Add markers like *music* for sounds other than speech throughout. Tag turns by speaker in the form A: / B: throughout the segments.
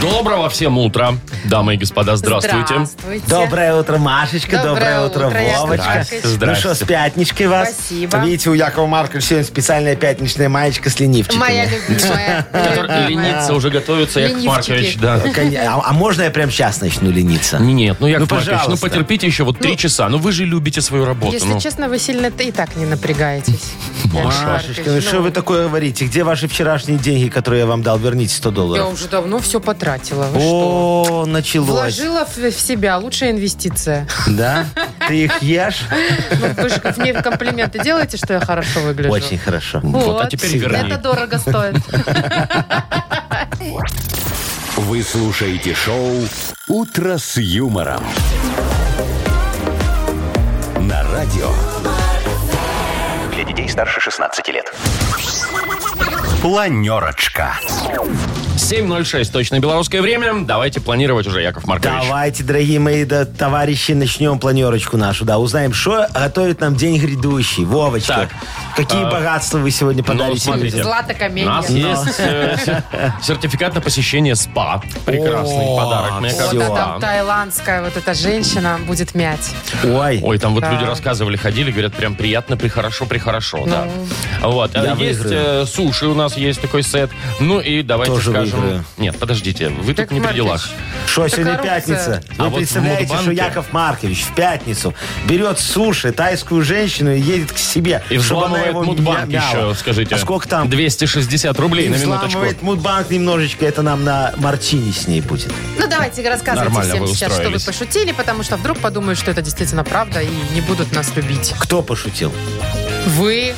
A: Доброго всем утра, дамы и господа, здравствуйте.
B: Здравствуйте.
C: Доброе утро, Машечка.
B: Доброе
C: Доброе, утро,
B: утро, Яков
C: Вовочка.
B: Маркович.
C: Ну
A: Здрасте.
C: что, с пятничкой вас.
B: Спасибо.
C: Видите, у Якова Марковича сегодня специальная пятничная маечка с ленивчиками.
B: Моя любимая.
C: *laughs*
A: Который ленится, уже готовится, Яков
B: Ленивчики.
A: Маркович. Да.
C: Кон- А, а можно я прямо сейчас начну лениться?
A: Нет, ну, Яков
C: Ну,
A: Маркович, ну,
C: пожалуйста.
A: потерпите еще вот три часа. Ну, вы же любите свою работу.
B: Если
A: ну.
B: честно, вы сильно и так не напрягаетесь. Яков
C: Машечка, ну
B: Маркович,
C: что вы такое говорите? Где ваши вчерашние деньги, которые я вам дал? Верните 100
B: Я
C: долларов.
B: уже давно все потратила. Вы что?
C: О, началось.
B: Вложила в, в себя лучшая инвестиция. *laughs*
C: Да? Ты их ешь?
B: Ну, вы же мне комплименты делаете, что я хорошо выгляжу.
C: Очень хорошо.
A: Вот, а теперь верни.
B: Это дорого стоит.
D: Вы слушаете шоу «Утро с юмором». На радио. Для детей старше 16 лет. Планерочка.
A: 7.06, точно белорусское время. Давайте планировать уже, Яков Маркович.
C: Давайте, дорогие мои да, товарищи, начнем планерочку нашу. Да, узнаем, что готовит нам день грядущий. Вовочка,
A: Так. а,
C: какие богатства вы сегодня
A: Ну,
C: подарите? мне?
A: смотрите.
B: Злато
A: У нас
B: камень.
A: есть э, сер- сертификат на посещение СПА. Прекрасный
C: О,
A: подарок, мне
C: всё.
B: Вот
A: кажется.
B: а там
A: да.
B: тайландская вот эта женщина будет мять.
C: Ой,
A: Ой, там вот
B: Да.
A: люди рассказывали, ходили, говорят, прям приятно, прихорошо, прихорошо, да.
B: Ну.
A: Вот, а
C: Я
A: есть
C: выиграю.
A: э, суши у нас есть такой сет. Ну и давайте
C: Тоже
A: скажем...
C: выиграю.
A: Нет, подождите, вы
B: Яков
A: тут не при делах.
B: Маркович,
C: что сегодня
B: коррупция.
C: пятница?
A: А
C: Вы
A: вот в
C: представляете, что
A: Мудбанке-
C: Яков Маркович в пятницу берет суши тайскую женщину и едет к себе,
A: И
C: чтобы она
A: взламывает
C: его
A: мудбанк
C: мя- мяла.
A: еще, скажите.
C: А сколько там?
A: 260 рублей
C: И
A: на минуточку.
C: взламывает мудбанк немножечко, это нам на мартини с ней будет.
B: Ну, давайте рассказывайте
A: Нормально
B: всем
A: вы
B: сейчас, что вы
A: устроились.
B: пошутили, потому что вдруг подумают, что это действительно правда и не будут нас любить.
C: Кто пошутил?
B: Вы?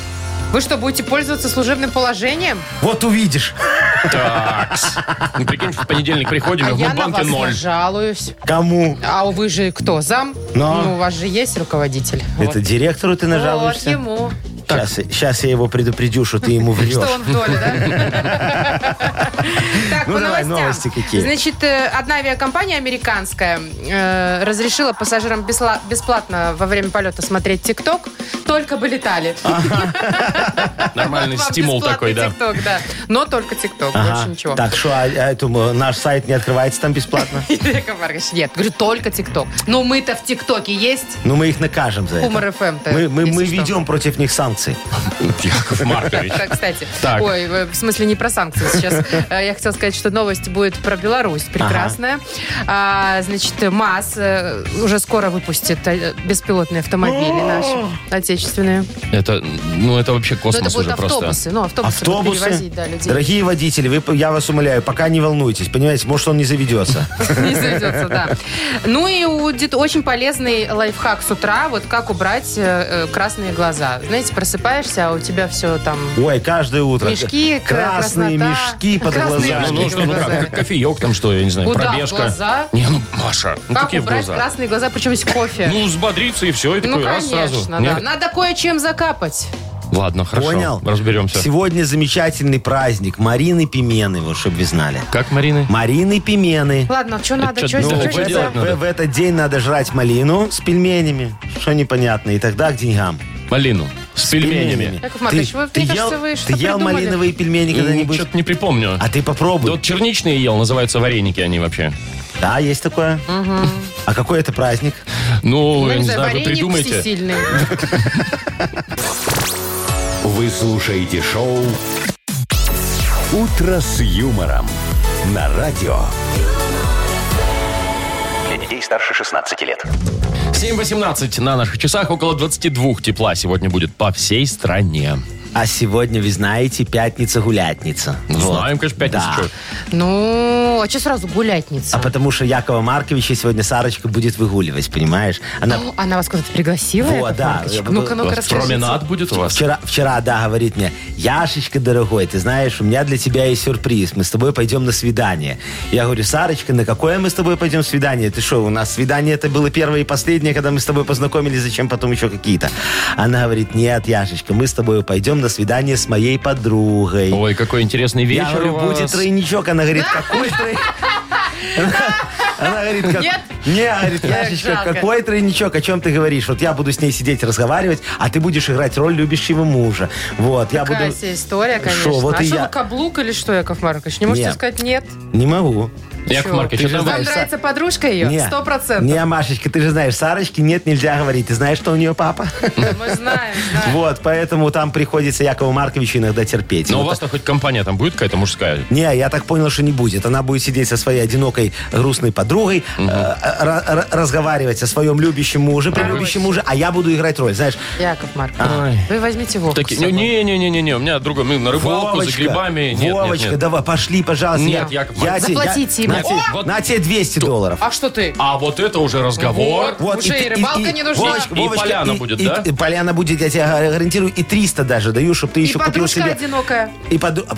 B: Вы что, будете пользоваться служебным положением?
C: Вот увидишь,
A: Такс. Ну, прикинь, в понедельник приходим,
B: а
A: и в
B: я на
A: Мудбанке
B: вас
A: ноль.
B: *laughs* нажалуюсь.
C: кому.
B: А вы же кто? Зам?
C: Но.
B: Ну, у вас же есть руководитель.
C: Это директору ты
B: Вот.
C: нажалуешься?
B: Вот ему.
C: Сейчас, я его предупредю, что ты ему
B: *laughs*
C: врешь.
B: Что он в доле,
C: *laughs*
B: да? Так,
C: Ну,
B: по
C: давай,
B: новостям.
C: новости какие?
B: Значит, э, одна авиакомпания американская э, разрешила пассажирам бесла- бесплатно во время полета смотреть ТикТок, только бы летали.
C: А.
A: Нормальный
B: Вот вам
A: стимул такой,
B: бесплатный
A: да.
B: TikTok, да. Но только ТикТок,
C: Ага.
B: больше ничего. *laughs*
C: Так что, а, а эту, м, наш сайт не открывается там бесплатно?
B: Яков Маркович, нет, говорю, только ТикТок. Но мы-то в ТикТоке есть.
C: Ну, мы их накажем за это.
B: Юмор FM-то,
C: Мы, мы, мы
B: если что.
C: ведем против
B: *laughs*
C: них санкции.
A: Яков Маркович. *laughs*
B: Да, кстати.
A: Так.
B: Ой, э, в смысле не про санкции сейчас. *laughs* Э, Я хотела сказать, что новость будет про Беларусь. Прекрасная. А, значит, МАЗ э, уже скоро выпустит э, беспилотные автомобили наши, отечественные.
A: Это, ну, это вообще
B: Но это
A: космос
B: будут
A: уже просто.
B: автобусы. Ну, автобусы, будут
C: Автобусы.
B: перевозить, да, людей.
C: Дорогие водители, вы, я вас умоляю, пока не волнуйтесь. Понимаете, может, он не
B: *laughs*
C: заведется.
B: *laughs* Не заведется, да. Ну и у Дит очень полезный лайфхак с утра. Вот как убрать э, э, красные глаза. Знаете, просыпаешься, а у тебя все там...
C: Ой, каждое утро.
B: Мешки, кра-
C: Красные
B: краснота.
C: мешки под
B: Красные
C: глазами.
A: Не, ну, ну, что, ну, как,
B: Глазами.
A: как кофеек там, что, я не знаю,
B: Куда? В
A: пробежка.
B: глаза?
A: Не, ну, Маша, ну,
B: Как
A: какие в
B: убрать
A: глаза?
B: красные глаза, причем с кофе?
A: Ну, взбодриться и все, и такой
B: Э, Ну,
A: раз сразу.
B: конечно,
A: Не?
B: да. Надо кое-чем закапать.
A: Ладно, хорошо,
C: Понял?
A: разберемся.
C: Сегодня замечательный праздник Марины Пимены, вот чтобы вы знали.
A: Как, Марины?
C: Марины Пимены.
B: Ладно, что надо,
A: чё,
B: что
A: ну,
C: Ну,
A: Что
C: в,
A: делать
C: это-
A: надо?
C: в- в этот день надо жрать малину с пельменями, что непонятно, и тогда к деньгам.
A: Малину. С пельменями.
B: Яков Маркович,
C: ты,
B: вы-
C: ты
B: мне
C: ел,
B: кажется, вы
C: ты
B: что-то
C: ел
B: придумали.
C: малиновые пельмени когда-нибудь?
A: Что-то не припомню.
C: А ты попробуй.
A: Да вот черничные ел, называются вареники они вообще.
C: Да, есть такое. А какой это праздник?
A: Ну,
B: Ну,
A: я не знаю, вы
B: варенье
A: придумайте.
B: всесильный.
D: Вы слушаете шоу «Утро с юмором» на радио. Для детей старше 16 лет.
A: 7.18 на наших часах, около 22 тепла сегодня будет по всей стране.
C: А сегодня, вы знаете, пятница-гулятница.
A: Ну, знаем, конечно, пятница,
C: Да.
A: чё.
B: Ну, Ну, а что сразу гулятница?
C: А потому что Якова Марковича сегодня Сарочка будет выгуливать, понимаешь? Она
B: О, Ну, Она вас куда-то пригласила?
C: Во,
B: Яков
C: да.
B: Маркович?
C: Я бы-
B: Ну-ка, ну-ка, расскажите.
A: Променад будет у вас?
C: вчера, вчера, да, говорит мне, Яшечка, дорогой, ты знаешь, у меня для тебя есть сюрприз. Мы с тобой пойдем на свидание. Я говорю, Сарочка, на какое мы с тобой пойдем свидание? Ты что, у нас свидание это было первое и последнее, когда мы с тобой познакомились, зачем потом еще какие-то? Она говорит, нет, Яшечка, мы с тобой пойдем на свидание с моей подругой.
A: Ой, какой интересный вечер
C: Я
A: у
C: говорю,
A: вас.
C: будет тройничок. Она говорит, какой тройничок? *laughs* Она говорит, как...
B: Нет?
C: Не, говорит, Яшечка,
B: жалко.
C: какой тройничок, о чем ты говоришь? Вот я буду с ней сидеть, разговаривать, а ты будешь играть роль любящего мужа. Вот, я
B: Какая
C: буду...
B: себе история, конечно.
C: Шо, вот
B: а
C: и
B: что
C: я-
B: вы, каблук или что, Яков Маркович? Не можете
C: Нет.
B: сказать нет?
C: Не могу.
A: Яков
B: Чё?
A: Маркович,
C: Ты же
A: это вы-
B: Вам
C: знаешь,
B: нравится подружка ее?
C: Не.
B: Сто процентов.
C: Не, Машечка, ты же знаешь, Сарочке нет, нельзя говорить. Ты знаешь, что у нее папа?
B: Мы знаем, знаем.
C: *laughs* Вот, поэтому там приходится Якову Марковичу иногда терпеть.
A: Но у
C: Вот
A: вас-то хоть компания там будет какая-то мужская?
C: Не, я так понял, что не будет. Она будет сидеть со своей одинокой грустной подругой, э, ра- ра- разговаривать о своем любящем муже, прелюбящем муже, а я буду играть роль, знаешь.
B: Яков Маркович,
A: Ай. ну,
B: вы возьмите Вовку
A: Таки-
B: с собой.
A: Не-не-не-не-не, у меня друга, мы на рыбалку за грибами. Нет, нет,
C: Вовочка,
A: нет.
C: давай, пошли, пожалуйста.
A: Нет, Яков Маркович.
C: тебе-
B: Заплатите ему.
C: На, те-
A: О!
C: на тебе 200 долларов.
B: А что ты?
A: А вот это уже разговор.
B: Вот. Уже и
C: ты-
B: рыбалка не нужна.
A: И поляна будет, да?
C: и поляна будет, я тебе гарантирую, и 300 даже даю, чтобы ты
B: И
C: еще купил
B: подружка
C: себе...
B: одинокая.
C: И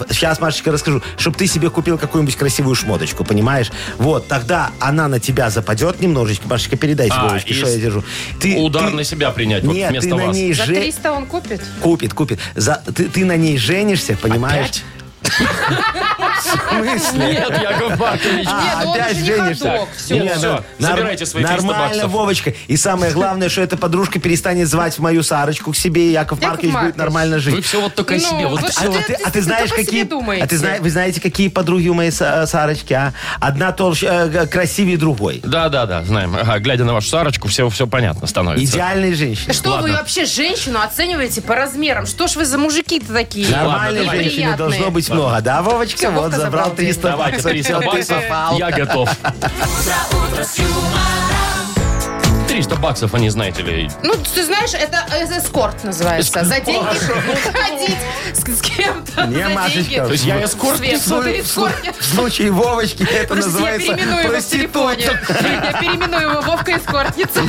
C: Сейчас, Машечка, расскажу. Чтобы ты себе купил какую-нибудь красивую шмоточку, понимаешь? Вот, тогда она на тебя западет немножечко. Машечка, передайте
A: А,
C: Вовочке,
A: и
C: что я
A: с-
C: держу. Ты,
A: Удар
C: ты-
A: на себя принять вот
C: Нет, ты
A: вместо
C: на
A: вас.
C: ней
B: За
C: же-
B: 300 он купит?
C: Купит, купит. За... Ты, ты на ней женишься, понимаешь? *laughs*
A: Опять? Нет, Яков Маркович.
B: Нет, ну он же не ходок, всё.
C: А, Не,
A: Нет,
C: ну,
A: всё, забирайте свои 300
C: Нормально,
A: баксов.
C: Вовочка. И самое главное, что эта подружка перестанет звать мою Сарочку к себе, и Яков,
B: Яков
C: Маркович
B: Маркович.
C: будет нормально жить.
A: Вы все вот только о себе.
B: Ну,
A: Вот
B: вот
A: всё.
C: А,
B: Что
C: вот ты,
B: ты-
C: а ты
B: ты
C: знаете,
B: только себе
C: какие...
B: думаете?
C: А ты зна- вы знаете, какие подруги у моей Са- Сарочки, а? Одна толще, э, красивее другой.
A: Да, да, да, знаем. Ага, глядя на вашу Сарочку, все, все понятно становится.
C: Идеальная женщина.
B: Что вы вообще женщину оцениваете по размерам? Что ж вы за мужики-то такие?
C: Нормальной
A: ладно,
C: женщины
B: приятные.
C: должно быть много, да, Вовочка?
B: Всё,
C: вот
B: Вовка
C: забрал
B: забрал
C: 300
B: деньги.
A: Давайте
C: баксов,
A: 300
C: всё, ты
A: баксов.
C: попал.
A: Я готов. 300 баксов они, знаете ли.
B: Ну, ты знаешь, это э, эскорт называется. За деньги ходить с, с кем-то.
C: Не,
B: за
C: Машечка,
A: То
B: деньги.
A: есть я эскорт
B: Свет,
A: несу?
B: ну ты эскорт не-
C: В случае Вовочки это
B: Подожди, я
C: называется
B: переименую его в телефоне.
C: проститутка.
B: Я переименую его Вовка эскортница.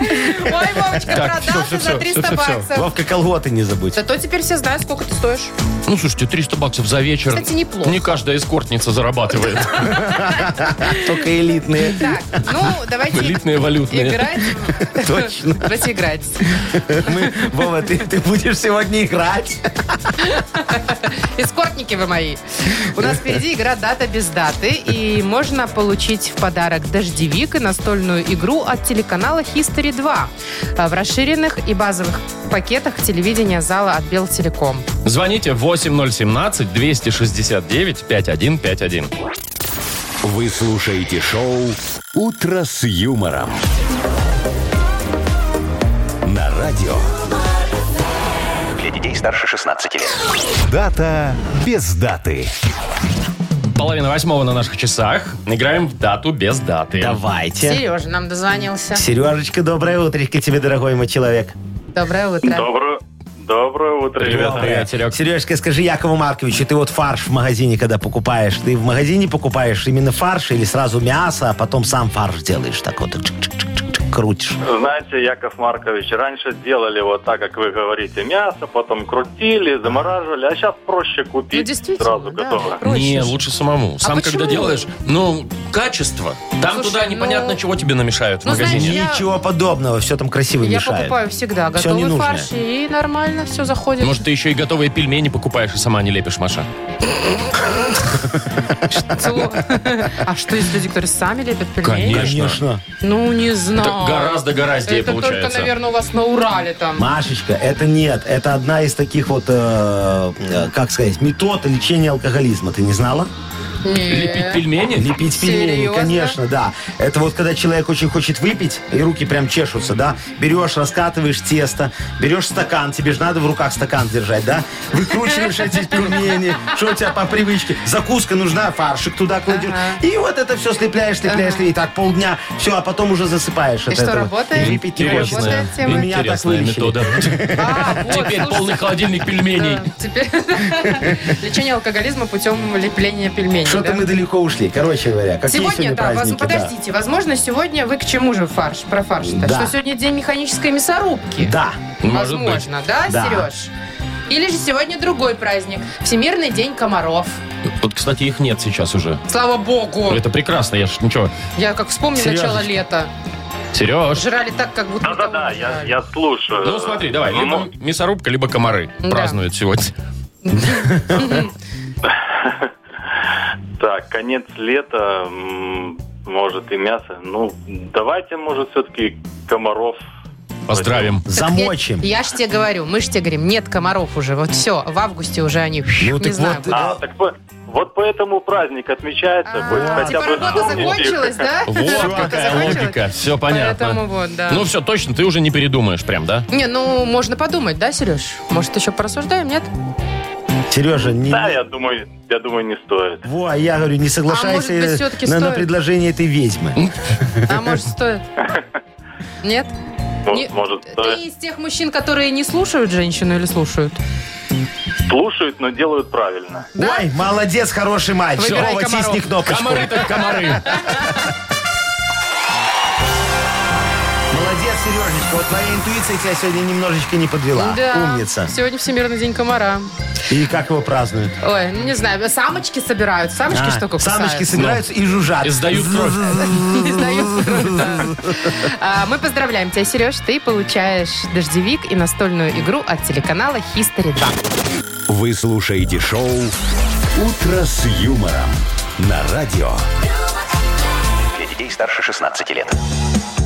B: Ой, Вовочка,
A: Так, всё, всё,
B: продался
A: всё,
B: за 300
A: всё, всё, всё.
B: баксов.
C: Вовка, колготы не забудь.
B: Зато теперь все знают, сколько ты стоишь.
A: Ну, слушайте, 300 баксов за вечер.
B: Кстати, неплохо.
A: Не каждая эскортница зарабатывает.
C: Только элитные.
B: Так, ну, давайте
A: Элитные валютные.
B: играть.
C: *laughs*
A: *laughs*
B: *laughs*
C: Точно.
B: Давайте играть.
C: Мы, Вова, ты, ты будешь сегодня играть.
B: Эскортники вы мои. У нас впереди игра «Дата без даты». И можно получить в подарок дождевик и настольную игру от телеканала History 2 а, в расширенных и базовых пакетах телевидения зала от Белтелеком.
A: Звоните 8017-269-5151.
D: Вы слушаете шоу «Утро с юмором». На радио.
E: Для детей старше 16 лет.
D: Дата без даты.
A: Половина восьмого на наших часах. Играем в дату без даты.
C: Давайте.
B: Сережа нам дозвонился.
C: Сережечка, доброе утречко тебе, дорогой мой человек.
B: Доброе утро.
F: Доброе, доброе утро,
A: Привет,
F: ребята.
A: привет, Серег.
C: Сережка, скажи Якову Марковичу, ты вот фарш в магазине, когда покупаешь, ты в магазине покупаешь именно фарш или сразу мясо, а потом сам фарш делаешь так вот, чик-чик-чик-чик, крутишь.
F: Знаете, Яков Маркович, раньше делали вот так, как вы говорите, мясо, потом крутили, замораживали, а сейчас проще
B: Ну,
F: купить
B: действительно, да,
F: сразу
B: Ну,
F: готово.
B: проще
A: Не,
B: же.
A: лучше самому. Сам когда
B: А почему?
A: делаешь, ну, качество. Там
B: Слушай,
A: туда
B: ну-
A: непонятно, чего тебе намешают в
B: Ну, знаешь,
A: магазине.
B: я-
C: Ничего подобного, все там красиво
B: Я
C: мешает.
B: покупаю всегда
C: Всё
B: готовый
C: ненужное.
B: фарш, и нормально все заходит.
A: Может, ты еще и готовые пельмени покупаешь и сама не лепишь, Маша?
B: Целу- А что, если люди, которые сами лепят пельмени?
A: Конечно.
C: Конечно.
B: Ну, не знаю.
A: Это гораздо гораздее
B: Это только,
A: получается.
B: наверное, у вас на Урале там.
C: Машечка, это нет, это одна из таких вот, э, э, как сказать, метод лечения алкоголизма. Ты не знала?
A: Лепить пельмени?
C: Лепить пельмени,
B: Серьезно?
C: конечно, да. Это вот когда человек очень хочет выпить, и руки прям чешутся, да. Берешь, раскатываешь тесто, берешь стакан, тебе же надо в руках стакан держать, да. Выкручиваешь эти пельмени, что у тебя по привычке. Закуска нужна, фаршик туда кладешь. И вот это все слепляешь, слепляешь, и так полдня. Все, а потом уже засыпаешь.
B: И
C: от
B: что,
C: этого.
B: работает?
C: И Выпить не
B: Интересно.
C: хочется.
A: Интересная,
B: Работает тема.
C: У меня так
A: интересная
C: вылечили.
A: метода. *laughs*
B: А, вот,
A: Теперь
B: слушай,
A: полный холодильник пельменей.
B: *laughs* да, Теперь лечение алкоголизма путем лепления пельменей.
C: Что-то мы далеко ушли. Короче говоря, какие
B: Сегодня,
C: сегодня
B: да, воз-
C: праздники?
B: подождите, возможно, сегодня вы к чему же фарш, про фарш-то?
C: Да.
B: Что сегодня день механической мясорубки.
C: Да.
A: Может быть.
B: возможно, да,
C: Да.
B: Сереж? Или же сегодня другой праздник. Всемирный день комаров.
A: Вот, кстати, их нет сейчас уже.
B: Слава богу!
A: Это прекрасно, я ж ничего.
B: Я как вспомню
C: Сережечка.
B: начало лета.
A: Сереж.
B: Жрали так, как будто... никого
F: Да-да-да,
B: не
F: я,
B: жрали.
F: я слушаю.
A: Ну смотри, давай, либо
F: Ну,
A: мясорубка, либо комары
B: Да.
A: празднуют сегодня.
F: Так, конец лета, м, может и мясо. Ну, давайте, может, все-таки комаров.
A: Поздравим.
B: Так
C: Замочим.
B: Я, я ж тебе говорю, мы ж тебе говорим, нет комаров уже. Вот все, в августе уже они...
C: Ну,
B: не
C: так
B: знаю.
C: вот,
F: А, так по- вот поэтому праздник отмечается.
B: А,
F: хоть хотя
B: Типа
F: бы
B: работа
F: вспомнить их.
B: закончилась, да?
A: Вот
B: Работа
A: какая
B: закончилась.
A: логика. Все понятно.
B: Поэтому вот, да.
A: Ну все, точно, ты уже не передумаешь прям, да?
B: Не, ну, можно подумать, да, Сереж? Может, еще порассуждаем, нет?
C: Сережа, не...
F: Да, я думаю, я думаю, не стоит.
C: Во, а я говорю, не соглашайся
B: А
C: э,
B: может быть, всё-таки
C: на, на
B: стоит?
C: предложение этой ведьмы.
B: А может, *laughs* стоит? Нет?
F: Мо-
B: Не-
F: Может,
B: Ты
F: стоит.
B: из тех мужчин, которые не слушают женщину или слушают?
F: Слушают, но делают правильно.
C: Ой, молодец, хороший мальчик.
B: Выбирай
C: Вова,
B: комаров.
C: тисни кнопочку.
A: Комары так комары.
C: *laughs* Молодец, Сережечка. Вот твоя интуиция тебя сегодня немножечко не подвела. Умница.
B: Сегодня Всемирный день комара.
C: И как его празднуют?
B: Ой, ну не знаю, самочки собирают. Самочки
C: А,
B: что только
C: самочки собираются и жужжат.
A: И сдают кровь.
B: *laughs* Не сдают кровь, да. А, Мы поздравляем тебя, Сереж. Ты получаешь дождевик и настольную игру от телеканала History 2.
D: Вы слушаете шоу «Утро с юмором» на радио.
E: Для детей старше 16 лет.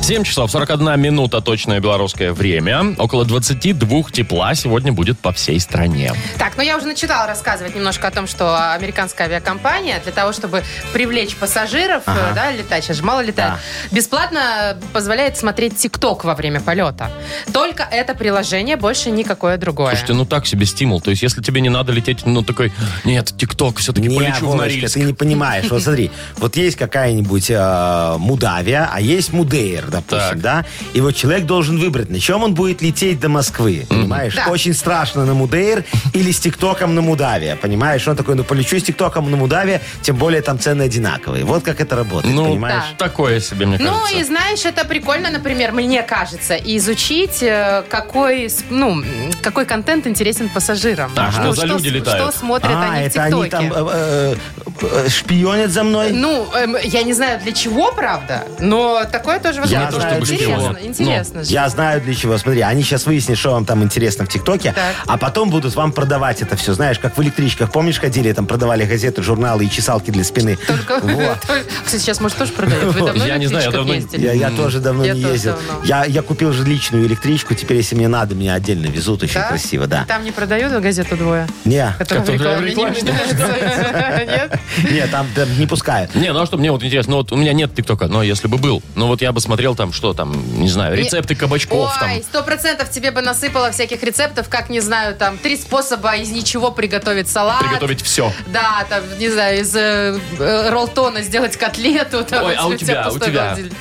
A: 7 часов 41 минута точное белорусское время. Около 22 тепла сегодня будет по всей стране.
B: Так, ну я уже начинала рассказывать немножко о том, что американская авиакомпания для того, чтобы привлечь пассажиров, э, да, летать, сейчас же мало летает, бесплатно позволяет смотреть ТикТок во время полета. Только это приложение, больше никакое другое.
A: Слушайте, ну так себе стимул. То есть, если тебе не надо лететь, ну такой, нет, ТикТок, все-таки
C: Не,
A: полечу в
C: Вовочка,
A: Норильск.
C: ты не понимаешь. Вот смотри, вот есть какая-нибудь э, Мудавия, а есть Мудейр,
A: Так.
C: допустим, да? И вот человек должен выбрать, на чем он будет лететь до Москвы, понимаешь?
B: Да.
C: Очень страшно на Мудейр или с ТикТоком на Мудавия, понимаешь? Он такой, ну полечу с ТикТоком на Мудавия, тем более там цены одинаковые. Вот как это работает,
A: Ну,
C: понимаешь?
B: Да.
A: такое себе, мне
B: Ну
A: кажется.
B: и знаешь, это прикольно, например, мне кажется, изучить, э, какой, с- ну, м, какой контент интересен пассажирам.
A: Так, что
B: Ну,
A: за люди
B: с-
A: летают?
B: Что смотрят
C: а,
B: они в
C: это они
B: ТикТоке.
C: там э, э, э, шпионят за мной?
B: Ну, эм, я не знаю для чего, правда, но такое тоже возможно.
C: знаю, чтобы
B: интересно,
A: шпион. Ну,
B: интересно же.
C: Я знаю для чего. Смотри, они сейчас выяснят, что вам там интересно в ТикТоке,
B: Так.
C: а потом будут вам продавать это все. Знаешь, как в электричках, помнишь, ходили, там продавали газеты, журналы и чесалки для спины.
B: Только,
C: Во.
B: *laughs* только- Кстати, сейчас, может, тоже продают? Вы давно
A: Я не знаю, я
B: электричках
A: давно-
B: ездили?
C: Я, я тоже давно
B: Я
C: не
B: тоже
C: ездил.
B: давно.
C: Я, я купил же личную электричку, теперь, если мне надо, меня отдельно везут очень
B: Да?
C: красиво, да.
B: Там не продают газету «Двое»,
C: Не,
B: которая в
A: Которая в
B: рекламе не меняется? *laughs* Нет?
C: не, там, там не пускают.
A: Не, ну а что мне вот интересно, ну вот у меня нет ТикТока, но если бы был, ну вот я бы смотрел там, что там, не знаю, рецепты кабачков
B: Ой, сто процентов тебе бы насыпало всяких рецептов, как, не знаю, там, три способа из ничего приготовить салат.
A: там, приготовить все.
B: Да, там, не знаю, из э, э, ролтона сделать котлету. Там,
A: Ой, а у
B: если
A: тебя, у
B: пустой
A: тебя?
B: холодильник.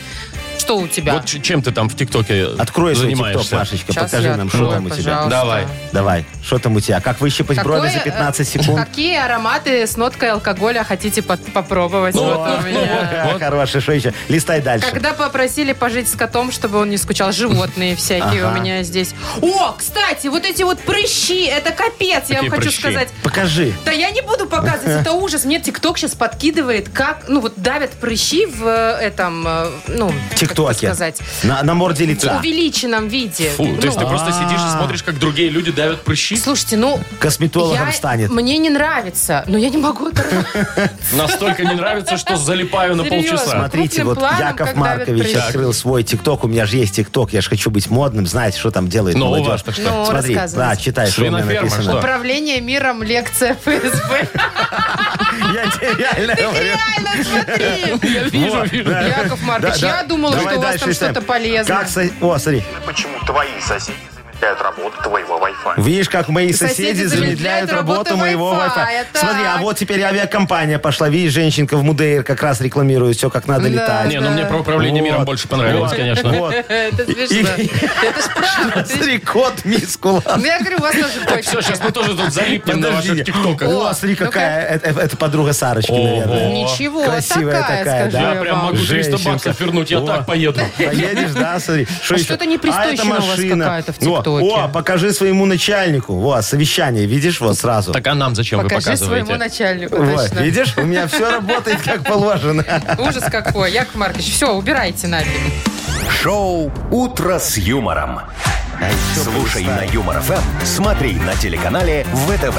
B: Что у тебя?
A: Вот ч- чем ты там в ТикТоке
C: Открой свой ТикТок,
A: занимаешься?
C: Машечка,
B: Щас
C: покажи
B: я
C: нам,
B: открою,
C: что там у тебя.
B: пожалуйста.
A: Давай.
C: Давай, что там у тебя? Как выщипать
B: Какое,
C: брови за
B: э,
C: 15 секунд?
B: *laughs* Какие ароматы с ноткой алкоголя хотите по- попробовать?
A: Ну,
B: Вот
A: ну,
B: у меня.
A: ну, вот.
C: Хороший, что еще? Листай дальше.
B: Когда попросили пожить с котом, чтобы он не скучал, животные всякие у
C: Ага.
B: меня здесь. О, кстати, вот эти вот прыщи, это капец, я
A: Какие
B: вам хочу
A: прыщи?
B: сказать.
C: Покажи.
B: Да я не буду показывать, это ужас. Мне ТикТок сейчас подкидывает, как, ну вот давят прыщи в э, этом, э, ну, как это
C: ТикТоке.
B: сказать,
C: На, на морде лица.
B: увеличенном виде.
A: Фу, то есть ты
B: Ну,
A: просто сидишь и
C: А.
A: смотришь, как другие люди давят прыщи
B: Слушайте, ну,
C: Косметологом
B: я-
C: станет.
B: мне не нравится, но я не могу оторваться.
A: Настолько не нравится, что залипаю на
B: Серьезно.
A: полчаса.
C: Смотрите,
B: крупным
C: вот
B: планом, как
C: Яков
B: давят
C: Маркович
B: прыщи.
C: открыл свой ТикТок. У меня же есть ТикТок. Я же хочу быть модным, знать, что там делает
A: Ну, у
C: молодежь.
A: вас-то что?
B: Ну,
C: Смотри,
B: рассказывайте.
C: да, читай, что у меня
A: Свиноферма,
C: написано.
B: Управление миром, лекция
A: *laughs*
B: ФСБ.
C: Я тебе реально говорю.
A: *laughs*
B: Реально, смотри.
A: Вижу, вижу.
B: Яков Маркович,
C: Да, да.
B: я думала,
C: Давай
B: что у вас
C: дальше
B: там
C: читаем.
B: что-то полезное.
C: Как со- О, смотри.
G: Почему твои соседи замечают? замедляет работу твоего Wi-Fi.
C: Видишь, как мои
B: Соседи
C: соседи,
B: замедляют
C: замедляют работу
B: работу
C: моего
B: Wi-Fi,
C: Wi-Fi.
B: так.
C: Смотри, а вот теперь авиакомпания пошла. Видишь, женщинка в Мудейр как раз рекламирует все, как надо
B: Да.
C: летать.
A: Не, ну мне про управление
C: Вот.
A: миром больше понравилось,
C: Вот.
A: конечно.
C: Вот.
B: Это смешно.
C: И-
B: Это ж правда.
C: *laughs* Смотри, кот мискула.
B: Ну, я говорю, у вас
C: *laughs*
B: тоже
A: Все,
B: точно.
A: сейчас мы тоже тут залипнем на
C: Подожди.
A: ваших тиктоках.
C: О, смотри,
B: ну-ка.
C: какая. Это, это подруга Сарочки,
A: Ого.
C: наверное.
B: Ничего,
C: Красивая
B: такая,
C: такая,
B: скажу
C: да.
A: Я
B: я
A: прям
B: вам.
A: могу 300
C: Женщинка.
A: баксов вернуть, я
C: О.
A: так поеду.
C: Поедешь, да, смотри. Что еще?
B: что-то непристойно
C: А, это
B: у вас
C: машина.
B: какая-то в
C: Во,
B: ТикТоке.
C: О, покажи своему начальнику. Вот, совещание, видишь, вот сразу.
A: Так а нам зачем вы
B: Покажи своему
A: показываете?
B: начальнику,
C: Вот,
B: точно.
C: видишь, у меня все работает
B: *laughs*
C: как положено.
B: Ужас какой. Яков Маркович, все, убирайте нафиг.
D: Шоу «Утро с юмором». Слушай на Юмор ФМ, смотри на телеканале ВТВ.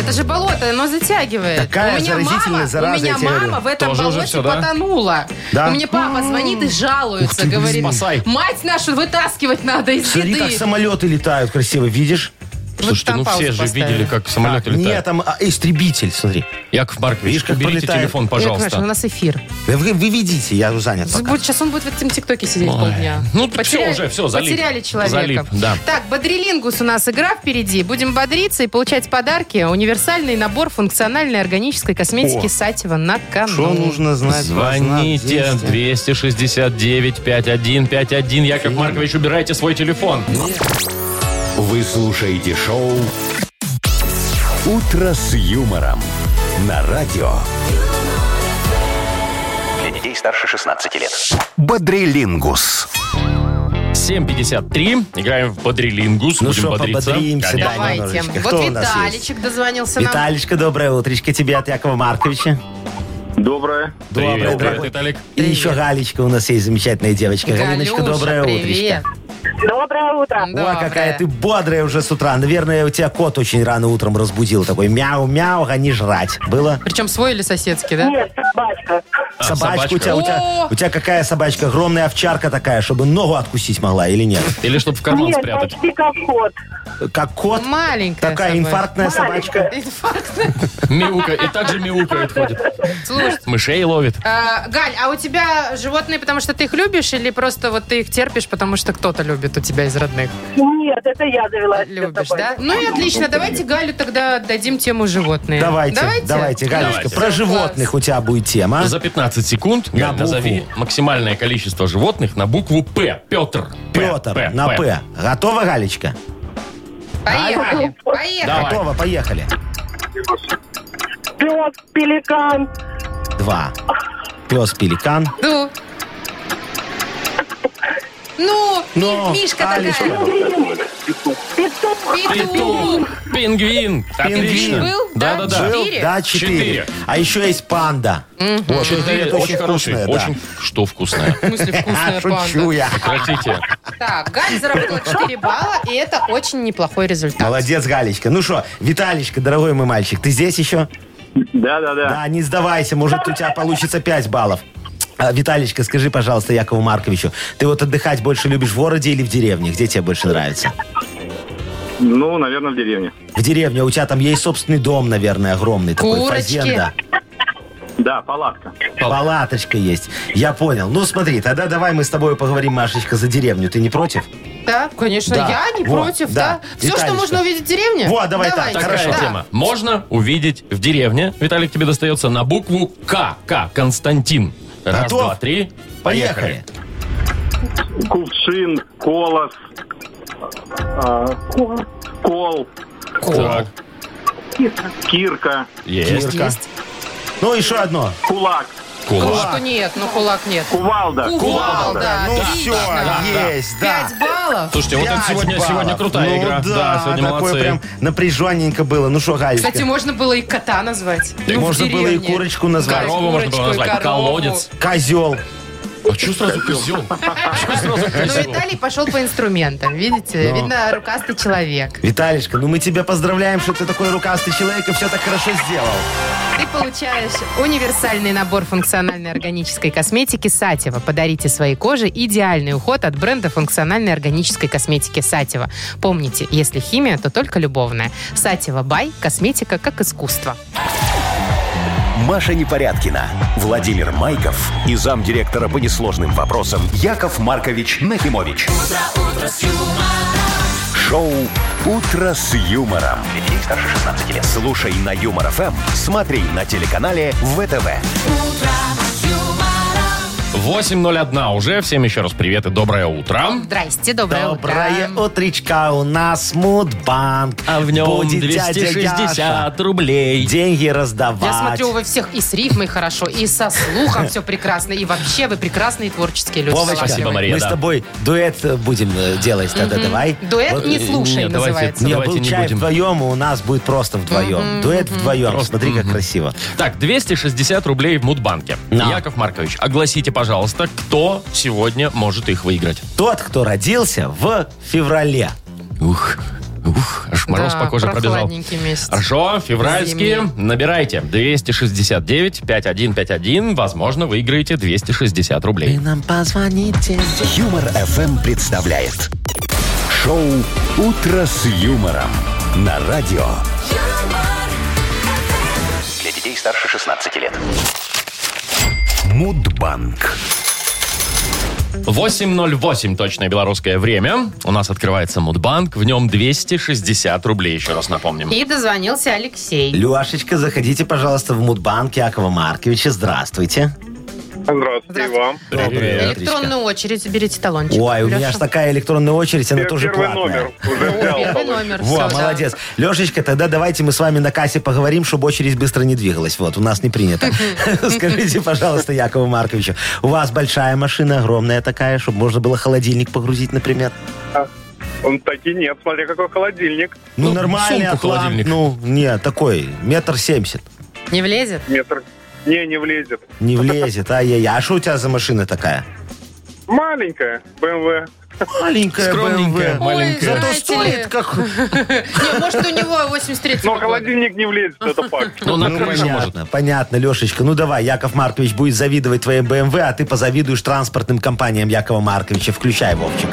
B: Это же болото, оно затягивает. у
C: Такая
B: меня
C: заразительная
B: мама,
C: зараза,
B: у меня
C: я тебе
B: мама
C: говорю.
B: в этом
A: Тоже уже
B: болоте
A: всё, да?
B: потонула.
C: Да?
B: Мне папа звонит и жалуется, говорит,
A: спасай.
B: мать нашу вытаскивать надо из
C: Смотри, как
B: еды.
C: самолеты летают красиво, видишь?
B: Вот
A: Слушайте,
B: там
A: ну
B: паузу
A: все же
B: поставили.
A: видели, как самолет
C: Нет,
A: летает.
C: там а, истребитель, смотри.
A: Яков Маркович,
C: Видишь, как
A: уберите
C: пролетает.
A: телефон,
B: Яков Маркович, ну у
A: пожалуйста.
B: нас эфир.
C: Да Вы, вы ведите, я занят пока.
B: Сейчас он будет в этом ТикТоке сидеть
A: Ой.
B: полдня.
A: Ну, всё уже, всё, залип.
B: Потеряли человека.
A: Залип, да.
B: Так, Бодрилингус у нас игра впереди. Будем бодриться и получать подарки. Универсальный набор функциональной органической косметики Сатева на канал.
C: Что нужно знать?
A: Звоните 269-5151. Яков Маркович, убирайте свой телефон.
D: Вы слушаете шоу «Утро с юмором» на радио
E: Для детей старше 16 лет.
D: «Бодрилингус».
A: 7.53. Играем в бодрилингус.
C: Ну
A: Будем
C: что,
A: бодриться.
C: пободримся,
A: Конечно.
C: давай.
B: Давайте.
C: немножечко.
B: Вот
C: Кто у нас
B: Виталичек дозвонился нам.
C: Виталичка, доброе утречко тебе от Якова Марковича.
F: Доброе.
C: Доброе,
A: Привет, привет,
C: дорогой.
A: Виталик.
C: И еще Галечка у нас есть замечательная девочка. Галиночка,
B: Галюша,
C: доброе
B: привет.
C: утречко.
H: Доброе утро.
C: О, какая ты бодрая уже с утра. Наверное, у тебя кот очень рано утром разбудил. Такой мяу-мяу, гони жрать. Было?
B: Причем свой или соседский, да?
H: Нет, собачка.
A: А,
C: собачка, У, тебя, у, тебя,
B: О!
C: у тебя какая собачка? Огромная овчарка такая, чтобы ногу откусить могла или нет?
A: Или чтобы в карман
H: Нет,
A: спрятать.
H: почти как кот.
C: Как кот?
B: Маленькая
C: Такая
B: собачка.
C: инфарктная собачка.
B: Инфаркт.
A: Мяука. И так же мяукает ходит.
B: Слушай,
A: Мышей ловит.
B: а, Галь, а у тебя животные, потому что ты их любишь, или просто вот ты их терпишь, потому что кто-то любит у тебя из родных?
H: Нет, это я завела. себе
B: Любишь,
H: собачку.
B: да? Ну и отлично, давайте Галю тогда дадим тему животные.
C: Давайте, давайте, Галечка,
A: Давайте.
C: про животных у тебя будет тема.
A: За 15 секунд Галь,
C: А? букву.
A: назови максимальное количество животных на букву П. Петр.
C: Петр на П. Готова, Галечка?
B: Поехали, поехали.
A: Давай.
C: Готова, поехали.
H: Пёс, пеликан,
C: Два. Пес пеликан.
B: Ну. Ну,
C: Ну,
B: Мишка такая.
C: Алечка.
H: петух,
B: Петух.
A: Петух. Пингвин.
C: Пингвин
A: Отлично.
B: был? Да,
A: Да-да-да.
B: жил.
C: Четыре. Да, четыре.
A: Четыре.
C: А еще есть панда. Вот,
A: Четыре.
C: это
A: Очень хороший.
C: вкусное, да.
A: Очень что вкусное.
B: В смысле, вкусная
C: *laughs* А, Шучу
B: панда.
C: я.
A: Прекратите.
B: Так, Галь заработала 4 балла, и это очень неплохой результат.
C: Молодец, Галечка. Ну что, Виталичка, дорогой мой мальчик, ты здесь еще?
F: Да-да-да.
C: Да, не сдавайся, может, у тебя получится 5 баллов. А, Виталичка, скажи, пожалуйста, Якову Марковичу, ты вот отдыхать больше любишь в городе или в деревне? Где тебе больше нравится?
F: Ну, наверное, в деревне.
C: В деревне. У тебя там есть собственный дом, наверное, огромный. Такой,
B: Курочки.
C: фазенда.
F: Да, палатка.
C: Палаточка есть. Я понял. Ну, смотри, тогда давай мы с тобой поговорим, Машечка, за деревню. Ты не против?
B: Да, конечно,
C: Да,
B: я не
C: вот,
B: против, да.
C: да.
B: Все, что
C: Виталечка.
B: можно увидеть в деревне?
C: Вот, давай так,
B: Давайте,
A: Такая
B: да.
A: тема. Можно увидеть в деревне. Виталик, тебе достается на букву К. К. Константин. Раз,
C: Готов?
A: два, три. Поехали.
C: Поехали.
F: Кувшин, колос, а, кол,
A: Так,
F: кирка,
A: есть.
C: Кирка.
B: Есть.
C: Ну, еще одно.
F: кулак,
A: Кулак.
B: Кулак. нет, ну кулак нет.
F: кувалда.
B: Кувалда, да,
C: Ну, все,
B: отлично.
C: есть, да.
B: 5 баллов.
A: Слушайте, вот это
C: Пять
A: сегодня,
C: баллов.
A: сегодня крутая
C: Ну
A: игра.
C: Да,
A: сегодня
C: такое
A: молодцы.
C: прям напряженненько было. Ну что, Галечка?
B: Кстати, можно было и кота назвать. Ну, в
C: можно было и
B: деревне.
C: курочку назвать.
B: Корова.
A: Корову можно
B: Курочку
A: было
B: и
A: назвать.
B: корову.
A: Колодец.
C: Козел.
A: А что сразу
C: *laughs*
A: козел? Чё сразу
B: Ну,
A: козел?
B: Виталий пошел по инструментам,
C: Ну.
B: видите? Видно, рукастый человек.
C: Виталишка, ну мы тебя поздравляем, что ты такой рукастый человек и все так хорошо сделал.
B: Ты получаешь универсальный набор функциональной органической косметики Сатева. Подарите своей коже идеальный уход от бренда функциональной органической косметики Сатева. Помните, если химия, то только любовная. Сатева Бай – косметика как искусство.
D: Маша Непорядкина, Владимир Майков и замдиректора по несложным вопросам Яков Маркович Нахимович. Шоу Утро с юмором.
E: Для детей старше 16 лет.
D: Слушай на Юмор ФМ, смотри на телеканале ВТВ.
A: 8.01 уже. Всем еще раз привет и доброе утро.
B: Здрасте, доброе,
C: Доброе
B: утро.
C: утречко, у нас мудбанк.
A: А
C: Будет дядя Яша
A: рублей.
C: Деньги раздавать.
B: Я смотрю, вы всех и с рифмой хорошо, и со слухом все прекрасно, и вообще вы прекрасные творческие люди.
C: Вовочка,
B: талантливые.
A: Спасибо, Мария.
C: мы
A: да.
C: с тобой дуэт э, будем э, делать тогда, давай.
B: Дуэт
C: Вот,
B: «Не
C: э,
B: слушай»
A: нет, давайте.
B: называется.
C: Не,
A: Давайте
C: был
A: не
C: чай
A: будем.
C: вдвоем, и у нас будет просто вдвоем. Дуэт вдвоем.
A: Просто,
C: Смотри, как красиво.
A: Так, 260 рублей в Мудбанке.
C: Да.
A: Яков Маркович, огласите, пожалуйста, кто сегодня может их выиграть.
C: Тот, кто родился в феврале.
A: Ух, ух, аж мороз
B: Да,
A: по коже пробежал.
B: прохладненький месяц.
A: Хорошо, февральские.
B: Зимний.
A: Набирайте 269-5151. Возможно, выиграете 260 рублей.
C: нам позвоните.
D: Юмор ФМ представляет шоу Утро с юмором на радио.
E: Для детей старше 16 лет.
D: Мудбанк.
A: 8.08 точное белорусское время. У нас открывается Мудбанк. В нем 260 рублей, еще раз напомним.
B: И дозвонился Алексей.
C: Лешечка, заходите, пожалуйста, в Мудбанк Якова Марковича. Здравствуйте.
I: Здравствуйте
B: Здравствуйте.
I: вам.
C: Доброе утречко.
B: Электронную очередь берите талончик.
C: Ой, у меня
B: Леша.
C: же такая электронная очередь, она
I: Пер-
C: тоже
I: Первый
C: платная.
I: номер уже
B: О,
I: взял.
B: Первый
I: Володь.
B: номер.
C: Во,
B: всё, да.
C: молодец. Лешечка, тогда давайте мы с вами на кассе поговорим, чтобы очередь быстро не двигалась. Вот, у нас не
B: *laughs*
C: принято. Скажите, пожалуйста, Якову Марковичу, у вас большая машина, огромная такая, чтобы можно было холодильник погрузить, например?
I: Он таки нет, смотри, какой холодильник.
C: Ну,
A: Ну,
C: нормальный
A: сумку,
C: атлант,
A: холодильник.
C: ну, не, такой, метр семьдесят.
B: Не влезет?
I: Метр. Не, не влезет.
C: Не влезет, ай-яй-яй. А что у тебя за машина такая?
I: Маленькая BMW.
C: Маленькая
A: Скромненькая,
C: BMW.
A: маленькая. Ну,
C: Зато
B: Знаете ли.
C: стоит как...
B: Не, может, у него 83
I: Но холодильник не влезет, это факт.
A: Ну, на крышу может.
C: понятно, понятно, Лешечка. Ну давай, Яков Маркович будет завидовать твоим БМВ, а ты позавидуешь транспортным компаниям Якова Марковича. Включай, Вовчик.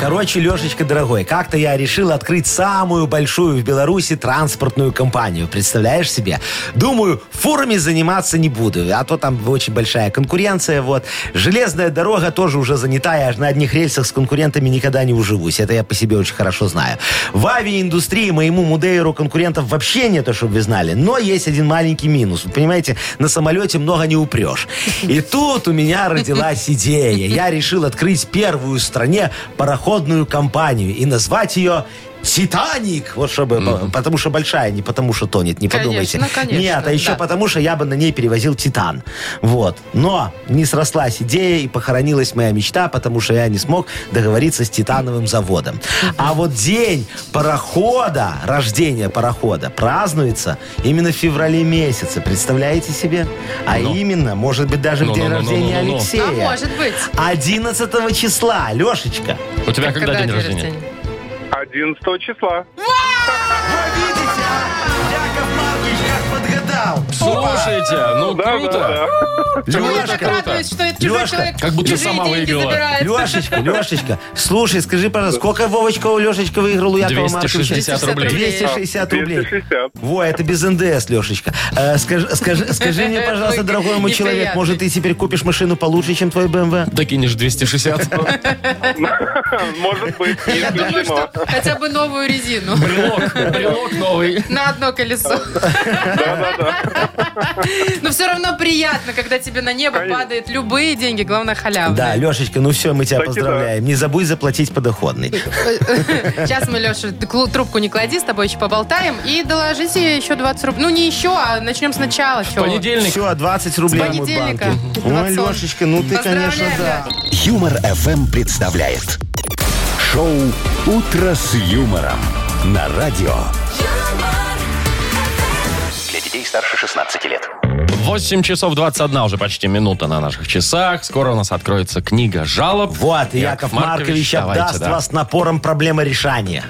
C: Короче, Лешечка, дорогой, как-то я решил открыть самую большую в Беларуси транспортную компанию. Представляешь себе? Думаю, фурами заниматься не буду, а то там очень большая конкуренция. Вот. Железная дорога тоже уже занята, я аж на одних рельсах с конкурентами никогда не уживусь. Это я по себе очень хорошо знаю. В авиаиндустрии моему Мудейру конкурентов вообще не то, чтобы вы знали. Но есть один маленький минус. Вы понимаете, на самолете много не упрешь. И тут у меня родилась идея. Я решил открыть первую в стране пароходную компанию и назвать ее «Титаник». Вот чтобы... Потому что большая, не потому что тонет, не
B: Конечно,
C: подумайте.
B: конечно,
C: Нет, а еще
B: да.
C: потому что я бы на ней перевозил «Титан». Вот. Но не срослась идея и похоронилась моя мечта, потому что я не смог договориться с «Титановым заводом». А вот день парохода, рождение парохода, празднуется именно в феврале месяце. Представляете себе? А именно, может быть, даже в
A: Ну,
C: день
A: ну, ну, ну,
C: рождения
A: ну, ну, ну.
C: Алексея.
B: А может быть.
C: 11 числа, Лешечка.
A: У тебя когда, день рождения?
I: 11 числа.
C: видите, Яков Маркович как подгадал.
A: Слушайте, ну
I: Да,
A: круто.
I: да, да.
B: Ну, Я
C: Лешка.
B: так радуюсь, что это чужой
C: Лешка,
B: человек.
A: как будто
B: чужие
A: сама
B: деньги
A: выиграла.
B: забирает.
C: Лешечка, Лешечка, слушай, скажи, пожалуйста, сколько Вовочка у Лешечка выиграл у Якова
A: 260
C: Марковича?
A: рублей.
C: 260 рублей.
I: 260.
C: Во, это без НДС, Лешечка. Э, скажи, скажи, скажи мне, пожалуйста,
B: Ой,
C: дорогой мой человек,
B: неприятный.
C: может, ты теперь купишь машину получше, чем твой БМВ?
A: Докинешь 260.
I: *laughs* Может быть, не
B: Я думаю,
I: исключено.
B: что хотя бы новую резину
A: Брелок, брелок новый.
B: на одно колесо. Но все равно приятно, когда тебе на небо
I: Конечно.
B: падают любые деньги, главное халявные.
C: Да, Лешечка, ну все, мы тебя
I: Так и да.
C: поздравляем. Не забудь заплатить подоходный.
B: Сейчас мы, Леша, трубку не клади, с тобой еще поболтаем. И доложите еще 20 рублей. Ну, не еще, а начнем сначала. чего вы.
A: Понедельник.
C: Все, 20 рублей
B: С
C: в
B: понедельника.
C: Мудбанке. Ой,
B: 20.
C: Лешечка, ну ты,
B: Поздравляем,
C: конечно, да.
B: Лёш.
D: Юмор ФМ представляет шоу Утро с юмором на радио.
E: Для детей старше 16 лет.
A: 8 часов 21 уже почти минута на наших часах. Скоро у нас откроется книга жалоб.
C: Вот, и Яков Маркович
A: давайте,
C: обдаст
A: да.
C: вас напором проблемы решения.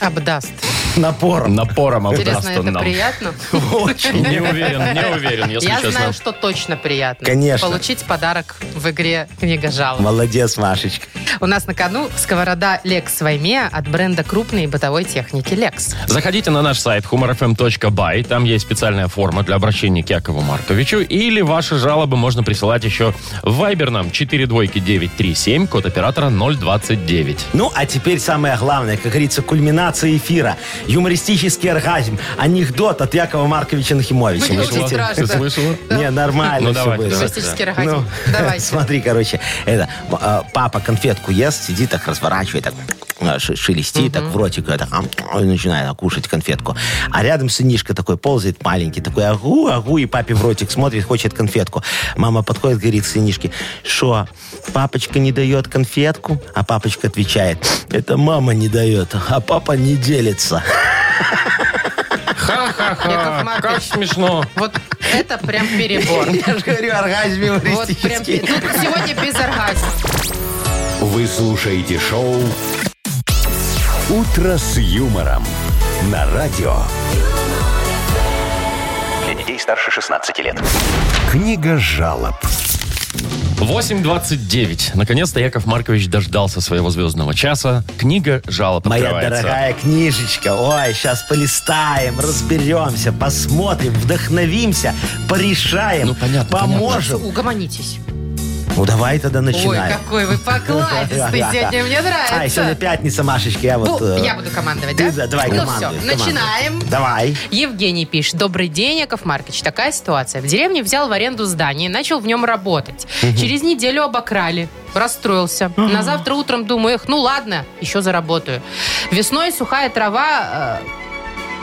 B: Обдаст.
C: Напором.
A: Напором
B: Интересно,
A: обдаст
B: это
A: он нам.
B: приятно? *laughs*
A: Не уверен, не уверен, если
B: Я
A: честно.
B: знаю, что точно приятно.
C: Конечно.
B: Получить подарок в игре «Книга жалоб».
C: Молодец, Машечка.
B: У нас на кону сковорода Lex Ваймея от бренда крупной бытовой техники Lex.
A: Заходите на наш сайт humorfm.by. Там есть специальная форма для обращения к Якову Марковичу. Или ваши жалобы можно присылать еще в Viber нам 42937, код оператора 029.
C: Ну, а теперь самое главное, как говорится, кульминация эфира. Юмористический оргазм. Анекдот от Якова Марковича Нахимовича.
B: Блин,
C: Хотите?
B: очень
A: Ты
B: страшно.
A: слышала?
C: Не, нормально
A: Ну,
C: все
A: давай,
C: было.
A: давай.
B: Фантастический рогатин.
C: *laughs*
B: Давайте.
C: Ну, Смотри, короче, это, м, э, папа конфетку ест, сидит так, разворачивает, так э, ши- шелестит, так в ротик, э, так, ам, ой, начинает так, кушать конфетку. А рядом сынишка такой ползает, маленький, такой агу, агу, и папе в ротик смотрит, хочет конфетку. Мама подходит, говорит сынишке, что, папочка не дает конфетку? А папочка отвечает, это мама не дает, а папа не делится. *laughs*
B: *laughs* Яков
A: Ха-ха-ха, как
B: Маркович.
A: смешно.
B: Вот это прям перебор.
C: Я же говорю, оргазм
B: Вот прям...
C: юмористический.
B: Тут сегодня без оргазма.
D: Вы слушаете шоу «Утро с юмором» на радио.
E: Для детей старше 16 лет.
D: Книга жалоб.
A: 8.29. Наконец-то Яков Маркович дождался своего звездного часа. Книга жалоб
C: Моя
A: открывается.
C: дорогая книжечка. Ой, сейчас полистаем, разберемся, посмотрим, вдохновимся, порешаем,
A: Ну, понятно,
C: поможем.
B: Угомонитесь.
C: Ну, давай тогда
B: Ой,
C: начинаем.
B: какой
C: *laughs*
B: вы покладистый
C: Да-да-да.
B: сегодня. Мне
C: Ай, сегодня
B: нравится.
C: пятница, Машечка, я вот...
B: Бу-
C: э,
B: Я буду командовать,
C: Ты
B: да?
C: за- давай,
B: Ну все,
C: командуй, командуй.
B: начинаем.
C: Давай.
B: Евгений пишет. Добрый день, Яков Маркович. Такая ситуация. В деревне взял в аренду здание и начал в нем работать. Через неделю обокрали. Расстроился. На завтра утром думаю, эх, ну ладно, еще заработаю. Весной сухая трава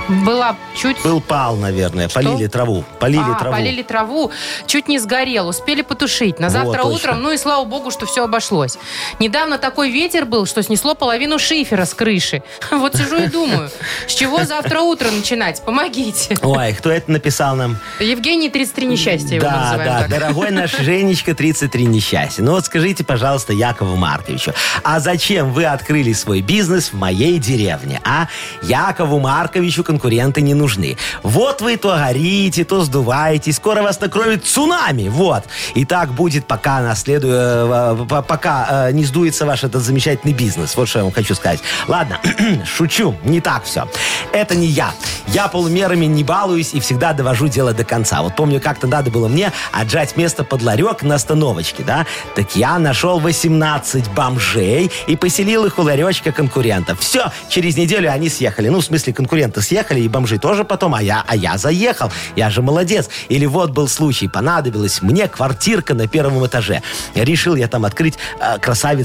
B: э, была чуть...
C: Был пал, наверное. Полили траву. Полили
B: А,
C: траву.
B: полили траву, чуть не сгорел, успели потушить. На завтра
C: точно.
B: утром, ну и слава богу, что все обошлось. Недавно такой ветер был, что снесло половину шифера с крыши. *laughs* Вот сижу и думаю, с чего завтра утро начинать? Помогите.
C: Ой, кто это написал нам?
B: Евгений 33 несчастья его
C: да,
B: называем
C: да,
B: так. *laughs*
C: дорогой наш Женечка 33 несчастья. Ну вот скажите, пожалуйста, Якову Марковичу, а зачем вы открыли свой бизнес в моей деревне, а? Якову Марковичу конкуренты не нужны. Вот вы то горите, то сдуваете, скоро вас накроет цунами, вот. И так будет, пока наследу... э, э, по- пока э, не сдуется ваш этот замечательный бизнес. Вот что я вам хочу сказать. Ладно, *clears throat* шучу, не так все. Это не я. Я полумерами не балуюсь и всегда довожу дело до конца. Вот помню, как-то надо было мне отжать место под ларек на остановочке, да? Так я нашел 18 бомжей и поселил их у ларечка конкурентов. Все, через неделю они съехали. Ну, в смысле, конкуренты съехали, и бомжи тоже потом, а я, а я заехал. Я же молодец. Или вот был случай, понадобилась мне квартирка на первом этаже. Решил я там открыть э,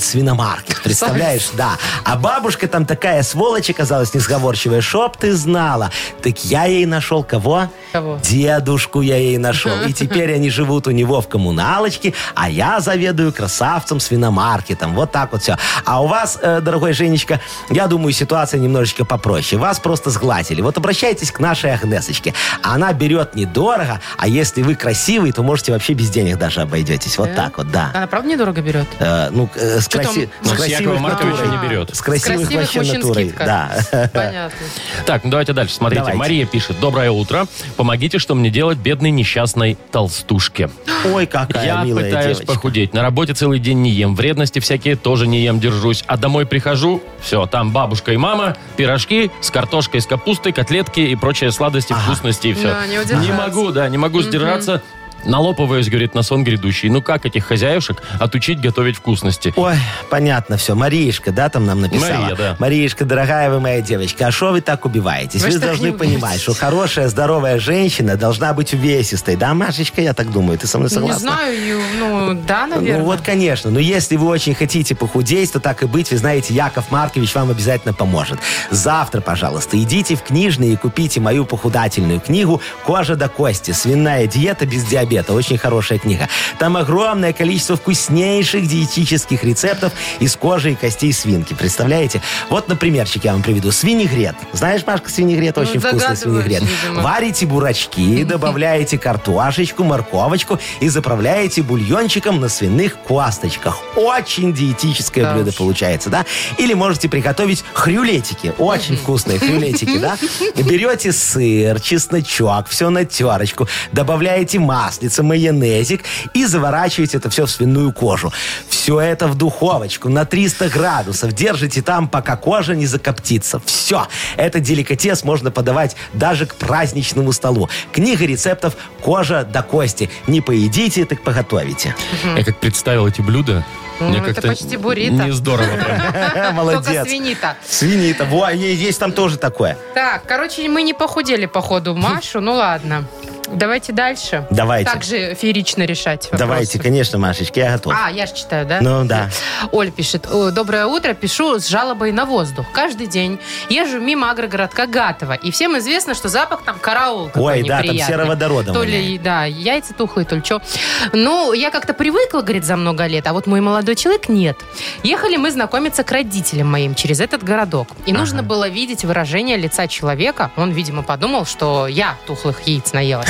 C: красавец-свиномаркет. Представляешь, да. А бабушка там такая сволочь оказалась несговорчивая. Шоп ты знала. Так я ей нашел кого?
B: Кого?
C: Дедушку я ей нашел. И теперь они живут у него в коммуналочке, а я заведую красавцем свиномаркетом. Вот так вот все. А у вас, э, дорогой Женечка, я думаю, ситуация немножечко попроще. Вас просто сгладили. Вот обращайтесь к нашей Агнесочке. Она берет недорого, а если вы красивый, то можете вообще без денег даже обойдетесь. Вот так вот, да.
B: Она правда недорого
C: *laughs*
B: берет?
C: Э, ну, э, с, краси-
B: А? там?
C: с
A: Но с Якова
C: красивых
A: Марковича
C: натурой.
A: не берет.
C: С красивых,
B: красивых
C: вообще
B: мужчин
C: натурой.
B: скидка.
C: Да. *laughs*
B: Понятно.
A: Так, ну давайте дальше. Смотрите,
C: Давайте.
A: Мария пишет. Доброе утро. Помогите, что мне делать бедной несчастной толстушке.
C: Ой, какая
A: Я
C: милая
A: пытаюсь
C: девочка.
A: похудеть. На работе целый день не ем. Вредности всякие тоже не ем, держусь. А домой прихожу, все, там бабушка и мама, пирожки с картошкой, с капустой, котлетки и прочие сладости, вкусности и все.
B: Да, не удержаться.
A: могу, да, не могу сдержаться. Налопываюсь, говорит, на сон грядущий. Ну как этих хозяюшек отучить готовить вкусности?
C: Ой, понятно все. Мариишка, да, там нам написала?
A: Мария, да.
C: Мариишка, дорогая вы моя девочка, а что вы так убиваетесь?
B: Вы
C: Вы,
B: ж так не
C: должны
B: убиваетесь.
C: понимать, что хорошая, здоровая женщина должна быть увесистой. Да, Машечка, я так думаю, ты со мной согласна?
B: Не знаю, Ю, ну да, наверное.
C: Ну вот, конечно. Но если вы очень хотите похудеть, то так и быть, вы знаете, Яков Маркович вам обязательно поможет. Завтра, пожалуйста, идите в книжные и купите мою похудательную книгу «Кожа до кости. Свиная диета без диабета». диабета. Очень хорошая книга. Там огромное количество вкуснейших диетических рецептов из кожи и костей свинки. Представляете? Вот, напримерчик я вам приведу. Свинегрет. Знаешь, Машка, свинегрет?
B: Ну,
C: Очень вкусный
B: догадываюсь,
C: свинегрет.
B: видимо.
C: Варите
B: *laughs*
C: бурачки, добавляете картошечку, морковочку и заправляете бульончиком на свиных косточках. Очень диетическое
B: Да
C: блюдо
B: уж.
C: получается, да? Или можете приготовить хрюлетики. Очень вкусные
B: *laughs*
C: хрюлетики, да? Берете сыр, чесночок, все на терочку, добавляете маслица, майонезик и заворачиваете это все в свиную кожу. Все это в духовочку на 300 градусов. Держите там, пока кожа не закоптится. Все. Это деликатес можно подавать даже к праздничному столу. Книга рецептов «Кожа до кости». Не поедите, так поготовите.
A: Я как представил эти блюда,
B: Ну,
A: мне
B: это
A: как-то
B: почти буррито.
A: не здорово. прям.
B: *laughs* Только
C: *laughs* Молодец.
B: свинита.
C: Свиньи-то. Во, е- есть там тоже такое.
B: Так, короче, мы не похудели, походу, Машу. Ну ладно. Давайте дальше.
C: Хм. Давайте.
B: Так же феерично решать вопросы.
C: Давайте, конечно, Машечка, я готов.
B: А, я же читаю, да?
C: Ну, да.
B: Оль пишет. «О, Доброе утро. Пишу с жалобой на воздух. Каждый день езжу мимо агрогородка Гатова. И всем известно, что запах там караул какой
C: Ой, да, там
B: неприятный.
C: сероводородом
B: То ли, да, яйца тухлые, то ли что. Ну, я как-то привыкла, говорит, за много лет, а вот мой молодой человек нет. Ехали мы знакомиться к родителям моим через этот городок. И нужно было видеть выражение лица человека. Он, видимо, подумал, что я тухлых яиц наелась.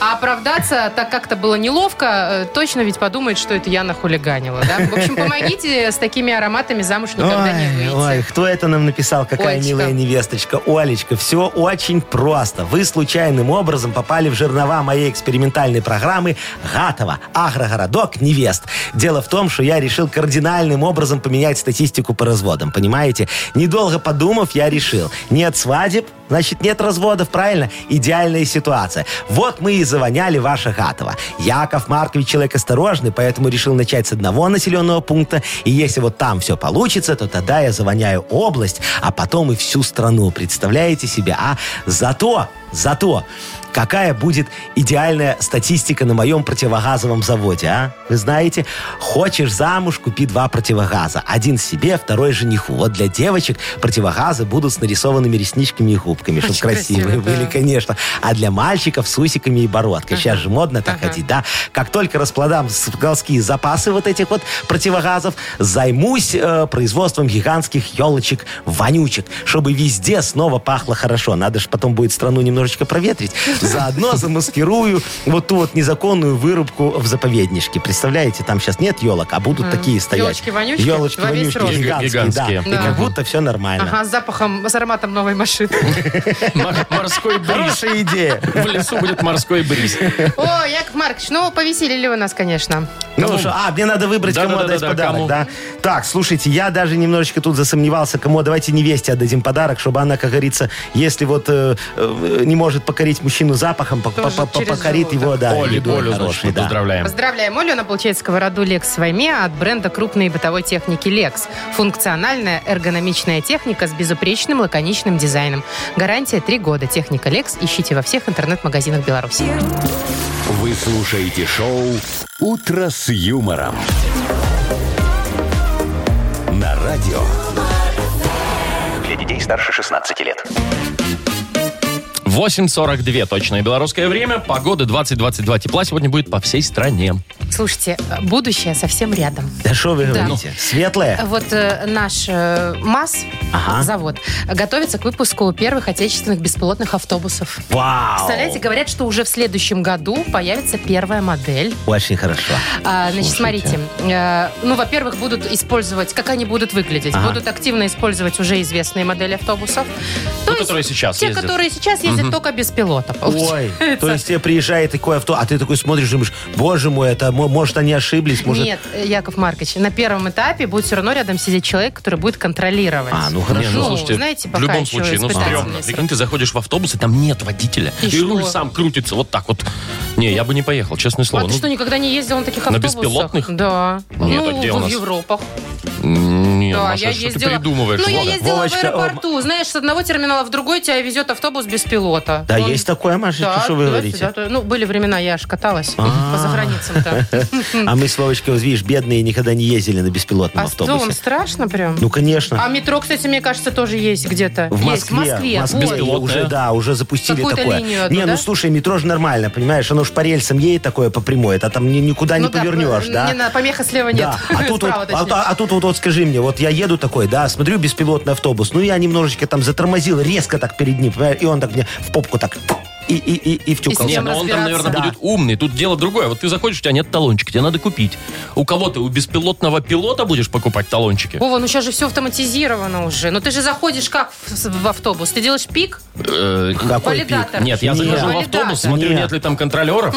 B: А оправдаться так как-то было неловко. э, Точно ведь подумает, что это я нахулиганила. Да? В общем, помогите с такими ароматами замуж никогда не
C: Ой,
B: выйти.
C: ой, кто это нам написал? Какая
B: Олечка.
C: милая невесточка. Олечка, все очень просто. Вы случайным образом попали в жернова моей экспериментальной программы Гатова. Агрогородок невест. Дело в том, что я решил кардинальным образом поменять статистику по разводам. Понимаете? Недолго подумав, я решил. Нет свадеб, значит нет разводов, правильно? Идеальная ситуация. Вот мы и завоняли ваше Гатова. Яков Маркович человек осторожный, поэтому решил начать с одного населенного пункта. И если вот там все получится, то тогда я завоняю область, а потом и всю страну. Представляете себе? А зато, зато, какая будет идеальная статистика на моем противогазовом заводе, а? Вы знаете, хочешь замуж, купи два противогаза. Один себе, второй жениху. Вот для девочек противогазы будут с нарисованными ресничками и губками, чтобы
B: Очень красиво,
C: красивые были,
B: да.
C: конечно. А для мальчиков с усиками и бородкой. Сейчас же модно так
B: Ага.
C: ходить, да? Как только расплодам с- складские запасы вот этих вот противогазов, займусь э, производством гигантских елочек-вонючек, чтобы везде снова пахло хорошо. Надо же потом будет страну немножечко проветрить. Заодно замаскирую вот ту вот незаконную вырубку в заповедничке. Представляете, там сейчас нет елок, а будут такие стоять.
B: Ёлочки-вонючки во весь
C: Ёлочки-вонючки
B: рост.
C: гигантские, да.
A: Гигантские.
C: И как
B: Да.
C: будто все нормально.
B: Ага, с запахом, с ароматом новой
C: *laughs*
B: машины.
A: Мор- Морской бриз.
C: Хорошая идея.
A: В лесу будет морской бриз.
B: О, Яков Маркович, ну повеселили вы нас, конечно.
C: Ну,
A: Кому?
C: что, а, мне надо выбрать,
A: Да,
C: кому
A: да, да,
C: отдать
A: да,
C: подарок,
A: кому?
C: да? Так, слушайте, я даже немножечко тут засомневался, кому давайте невесте отдадим подарок, чтобы она, как говорится, если вот э, э, не может покорить мужчину запахом, по-
B: Тоже
C: по- по-
B: через
C: покорит
B: желудок.
C: его, да,
A: Олю,
C: едой
A: Олю,
C: хорошей,
A: значит, мы
C: да.
A: поздравляем.
B: Поздравляем Олю, она получает сковороду Lex Вайме от бренда крупной бытовой техники Lex. Функциональная эргономичная техника с безупречным лаконичным дизайном. Гарантия 3 года. Техника Lex ищите во всех интернет-магазинах Беларуси.
D: Вы слушаете шоу «Утро с юмором». На радио.
E: Для детей старше 16 лет.
A: 8.42 точное белорусское время. Погода 20-22 тепла сегодня будет по всей стране.
B: Слушайте, э, будущее совсем рядом.
C: Да что вы
B: Да.
C: говорите? Светлая?
B: Вот э, наш э, МАЗ,
C: Ага.
B: завод, готовится к выпуску первых отечественных беспилотных автобусов.
C: Вау!
B: Представляете, говорят, что уже в следующем году появится первая модель.
C: Очень хорошо.
B: А, значит,
C: Слушайте.
B: смотрите, э, ну, во-первых, будут использовать, как они будут выглядеть,
C: Ага.
B: будут активно использовать уже известные модели автобусов. То
A: Ну, которые сейчас
B: Те,
A: ездят.
B: которые сейчас ездят только без пилота.
C: Ой,
B: *laughs*
C: то есть тебе приезжает такой авто, а ты такой смотришь, думаешь, боже мой, это, мо- может, они ошиблись, может...
B: Нет, э, Яков Маркович, на первом этапе будет все равно рядом сидеть человек, который будет контролировать.
C: А, ну хорошо.
A: Не,
B: Ну, знаете,
A: в
B: пока
A: любом
B: еще
A: случае, ну
B: испытательный
A: стрёмно.
B: срок.
A: Прикинь, ты заходишь в автобус, и там нет водителя.
B: И
A: И,
B: что?
A: руль сам крутится вот так вот. Не, я бы не поехал, честное
B: А
A: слово.
B: ты
A: Ну,
B: что, никогда не ездил на таких
A: на
B: автобусах?
A: беспилотных?
B: Да.
A: Нет,
B: ну,
A: а где
B: в
A: у нас?
B: Европах.
A: м, Не, ну,
B: Да,
A: Маша,
B: я
A: что
B: ездила-
A: ты придумываешь?
B: Ну, я
A: Вова?
B: ездила
C: Вовочка,
B: в аэропорту. Знаешь, с одного терминала в другой тебя везет автобус без пилота. Ну,
C: Да,
B: Он-
C: есть такое, Машечка,
B: Да,
C: что вы
B: туда-сюда,
C: говорите?
B: туда. Ну, были времена, я аж каталась по
C: *laughs*
B: заграницам-то.
C: А мы с Вовочкой, вот видишь, бедные никогда не ездили на беспилотном
B: А с домом
C: автобусе.
B: страшно прям?
C: Ну, конечно.
B: А метро, кстати, мне кажется, тоже есть где-то.
C: В
B: Есть, в
C: Москве,
B: Москве.
C: в Москве
A: Беспилотное.
C: уже, да, уже запустили
B: Какую-то
C: такое.
B: линию одну,
C: не,
B: да?
C: ну слушай, метро же нормально, понимаешь, оно ж по рельсам едет такое по прямой, а там ни- никуда не
B: Ну да,
C: повернешь, да?
B: Не на помеха слева нет.
C: Да,
B: *laughs*
C: а тут, вот,
B: Справа,
C: а,
B: точнее.
C: а тут вот, вот скажи мне, вот я еду такой, да, смотрю беспилотный автобус, ну я немножечко там затормозил резко так перед ним, понимаешь, и он так мне в попку так и, и, и, и втюкал.
B: с
A: Не,
B: чем
A: но он там,
B: разбираться?
A: наверное,
C: Да.
A: будет умный. Тут дело другое. Вот ты заходишь, у тебя нет талончика, тебе надо купить. У кого ты? У беспилотного пилота будешь покупать талончики?
B: Вова, ну сейчас же все автоматизировано уже. Но ты же заходишь как в, в автобус? Ты делаешь пик?
A: Э,
C: Какой
B: Валидатор.
A: Нет, я
C: Нет.
A: захожу в
B: Валидатор.
A: автобус, смотрю,
C: Нет.
A: нет ли там
B: *laughs*
A: контролеров.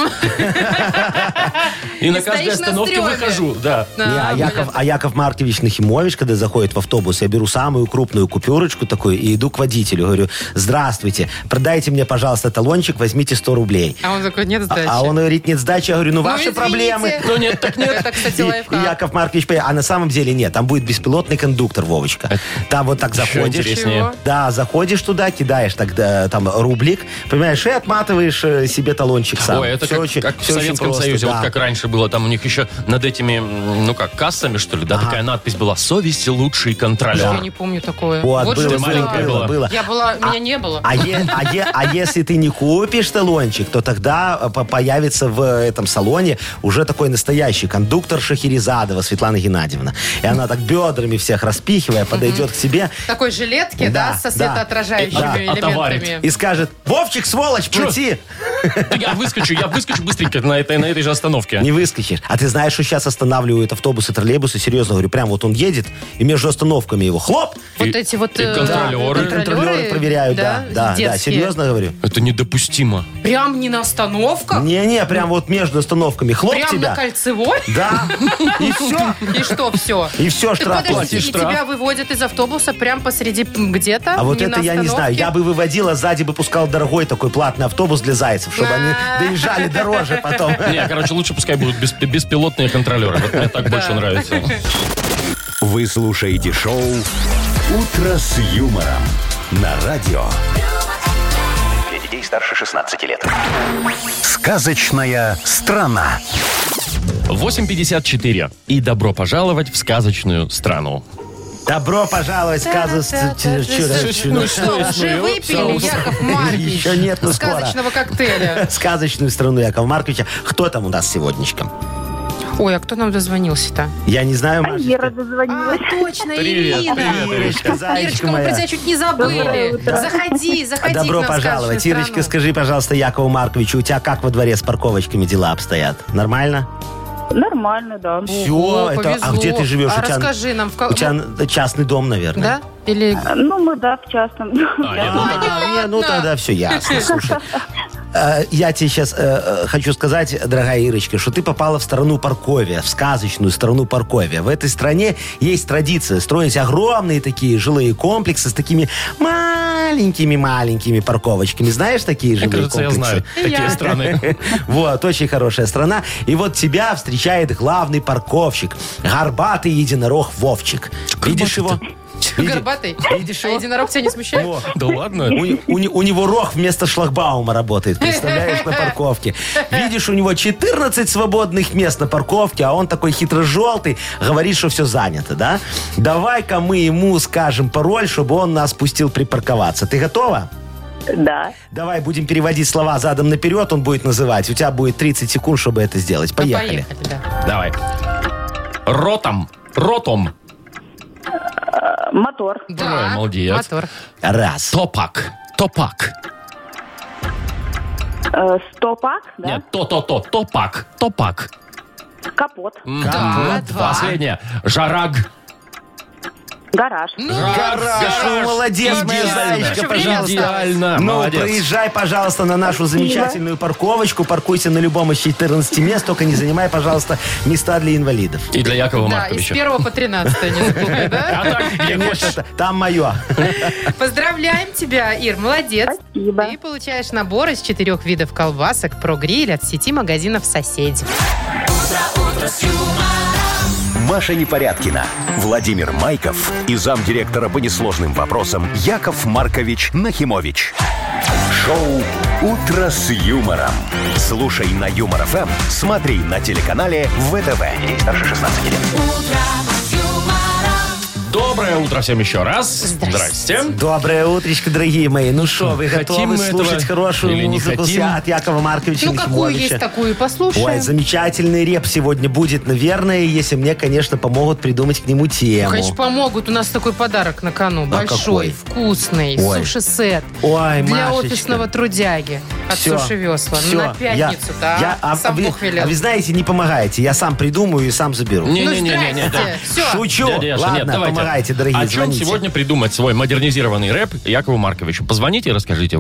A: И на
B: стоишь
A: каждой
B: на
A: остановке
B: стрёме.
A: выхожу, да.
C: Не, а, Яков, а Яков Маркович Нахимович, когда заходит в автобус, я беру самую крупную купюрочку такую и иду к водителю. Говорю, здравствуйте, продайте мне, пожалуйста, талончик, возьмите 100 рублей.
B: А он такой, нет
C: А-
B: сдачи.
C: А он говорит, нет сдачи. Я говорю, ну, ваши
B: извините.
C: проблемы.
B: *laughs*
A: Ну нет, так нет.
B: Это,
C: И,
B: кстати,
C: и
B: лайфхак.
C: Яков Маркович, понимает, а на самом деле нет, там будет беспилотный кондуктор, Вовочка. Там вот так
A: Еще
C: заходишь.
A: интереснее.
C: Да, заходишь туда, кидаешь тогда там рублик, понимаешь, и отматываешь э, себе талончик сам.
A: Ой, это
C: Всё
A: как,
C: очень-
A: как в
C: всё очень
A: Советском
C: просто,
A: Союзе,
C: да.
A: вот как раньше было, там у них еще над этими, м, ну как, кассами, что ли, да, такая надпись была «Совесть лучший контролер».
B: Я не помню такое.
C: Вот, было,
B: что
C: было,
A: маленькая
C: было,
A: была.
C: было.
B: Я была, меня не было.
C: А, е- а е- а если ты не купишь талончик, то тогда э, по- появится в э, этом салоне уже такой настоящий кондуктор Шахерезадова Светлана Геннадьевна. И она так бедрами всех распихивая подойдет к тебе
B: В такой жилетке, да,
C: Да,
B: со
C: да. А,
B: светоотражающими
A: Да, отоварит.
B: элементами.
C: и скажет, Вовчик, сволочь,
A: Чё?
C: плати.
A: Да Я выскочу, я выскочу быстренько на этой, на этой же остановке.
C: Не выскочишь. А ты знаешь, что сейчас останавливают автобусы, троллейбусы? Серьезно говорю, прям вот он едет, и между остановками его хлоп,
B: Вот
A: И-
B: эти вот...
A: и
B: э,
A: контролеры.
C: и контролеры проверяют. Да, да, да,
B: детские.
C: серьезно говорю.
A: Это недопустимо.
B: Прям не на остановках?
C: Не-не, прям вот между остановками хлоп
B: Прям на
C: тебя.
B: кольцевой? *laughs*
C: Да, и все.
B: И что, все?
C: И все, штраф
B: Подожди,
C: платишь.
A: платишь
B: и
A: штраф.
B: тебя выводят из автобуса прям посреди м, где-то?
C: А вот
B: не
C: это
B: на
C: я не знаю.
B: остановке?
C: Я бы выводила, сзади бы пускал дорогой такой платный автобус для зайцев, чтобы они
B: А.
C: доезжали дороже
B: *laughs*
C: потом.
A: Не, короче, лучше пускай будут бес- беспилотные контролеры. Вот мне так больше нравится.
D: Вы слушаете шоу «Утро с юмором» на радио.
E: Для детей старше 16 лет.
D: Сказочная страна.
A: 8.54. И добро пожаловать в сказочную страну.
C: Добро пожаловать, сказывается.
B: Ну что, уже выпили, Яков Маркович?
C: Еще нет, но скоро.
B: Сказочного коктейля.
C: *laughs* Сказочную страну Якова Марковича. Кто там у нас сегодняшком?
B: Ой, а кто нам дозвонился-то?
C: Я не знаю,
H: А Вера
C: Машечка.
B: А,
H: дозвонилась.
B: точно,
A: Привет,
B: Ирина.
A: привет.
C: Ирочка,
B: Ирочка,
C: зайчка
B: мы про тебя
C: моя. А
B: чуть не забыли.
H: Доброе утро.
B: Заходи, заходи
C: Добро
B: к нам в
C: пожаловать.
B: сказочную страну.
C: Ирочка, скажи, пожалуйста, Якову Марковичу, у тебя как во дворе с парковочками дела обстоят? Нормально?
A: а.
H: Нормально, да.
C: Всё,
B: О,
C: это- а
B: повезло.
C: где ты живешь?
B: А
C: У тебя-
B: расскажи нам, в ка- ну,
C: У тебя н- частный дом, наверное.
B: Да? Или...
H: Ну, мы, да, в частном.
A: А, я
C: А,
A: думал,
C: не, ну
B: понятно.
C: тогда все ясно, слушай. Э, Я тебе сейчас хочу сказать, дорогая Ирочка, что ты попала в страну Парковия, в сказочную страну Парковия. В этой стране есть традиция строить огромные такие жилые комплексы с такими маленькими-маленькими парковочками. Знаешь такие
A: мне
C: жилые
A: кажется, я
C: комплексы?
A: знаю такие
B: Я.
A: страны.
C: *laughs* Вот, очень хорошая страна. И вот тебя встречает главный парковщик, горбатый единорог Вовчик. Видишь его? Види-
B: Горбатый?
C: Видишь
B: А
C: его?
B: единорог тебя не смущает?
C: Во.
A: Да ладно?
C: У, не- у не- у него рог вместо шлагбаума работает, представляешь, на парковке. Видишь, у него 14 свободных мест на парковке, а он такой хитро-желтый, говорит, что все занято, да? Давай-ка мы ему скажем пароль, чтобы он нас пустил припарковаться. Ты готова?
H: Да.
C: Давай будем переводить слова задом наперед, он будет называть. У тебя будет 30 секунд, чтобы это сделать.
B: Ну,
C: Поехали.
B: Поехали, да.
A: Давай. Ротом. Ротом.
H: Э, Мотор.
A: Ой, молодец.
B: Мотор.
C: Раз.
A: Топак. Топак.
H: Э, Стопак, да?
A: Нет, то-то-то. Топак. Топак.
H: Капот.
B: Да, два.
A: Последнее. Жараг.
H: Гараж.
C: Гараж, ну, молодец, моя
A: Идеально.
C: зайчка,
B: пожалуйста.
A: Идеально,
C: Ну,
A: А, молодец.
C: проезжай, пожалуйста, на нашу замечательную парковочку. Паркуйся на любом из 14 мест, только не занимай, пожалуйста, места для инвалидов.
A: И для Якова
B: Да, из
A: Марковича.
B: первого по 13 не
C: *laughs*
B: забывай, да?
A: А так, где
C: Конечно,
A: хочешь.
C: это- там мое.
B: Поздравляем тебя, Ир, молодец.
H: Спасибо.
B: Ты получаешь набор из четырех видов колбасок про гриль от сети магазинов «Соседи».
D: Маша Непорядкина, Владимир Майков и замдиректора по несложным вопросам Яков Маркович Нахимович. Шоу «Утро с юмором». Слушай на Юмор ФМ, смотри на телеканале ВТВ. Ей старше 16 лет.
A: Доброе утро всем еще раз.
B: Здрасте.
A: Здрасте.
C: Доброе утречко, дорогие мои. Ну что, вы
A: Хотим
C: готовы
A: мы
C: слушать
A: этого
C: хорошую
A: или не
C: музыку
A: хотим?
C: от Якова Марковича
B: Ну, какую
C: Нахимовича?
B: есть, такую и
C: Ой,
B: послушаем.
C: замечательный реп сегодня будет, наверное, если мне, конечно, помогут придумать к нему тему.
B: Конечно, помогут. У нас такой подарок на кону.
C: А
B: Большой,
C: какой?
B: вкусный.
C: Ой.
B: Суши-сет.
C: Ой,
B: Для
C: Машечка.
B: офисного трудяги. От
C: Всё,
B: суши весла. Ну,
C: всё,
B: На пятницу, да?
C: я- а,
B: Сам
C: а вы,
B: Бог велел.
C: а вы знаете, не помогаете. Я сам придумаю и сам заберу.
B: ну,
A: Не-не-не-не-не.
B: здрасте.
A: да.
B: Все.
C: Шучу.
A: Дядя Яша,
C: Ладно,
A: нет, давайте.
C: помогайте, дорогие,
A: О чем
C: звоните.
A: сегодня придумать свой модернизированный рэп Якову Марковичу? Позвоните и расскажите.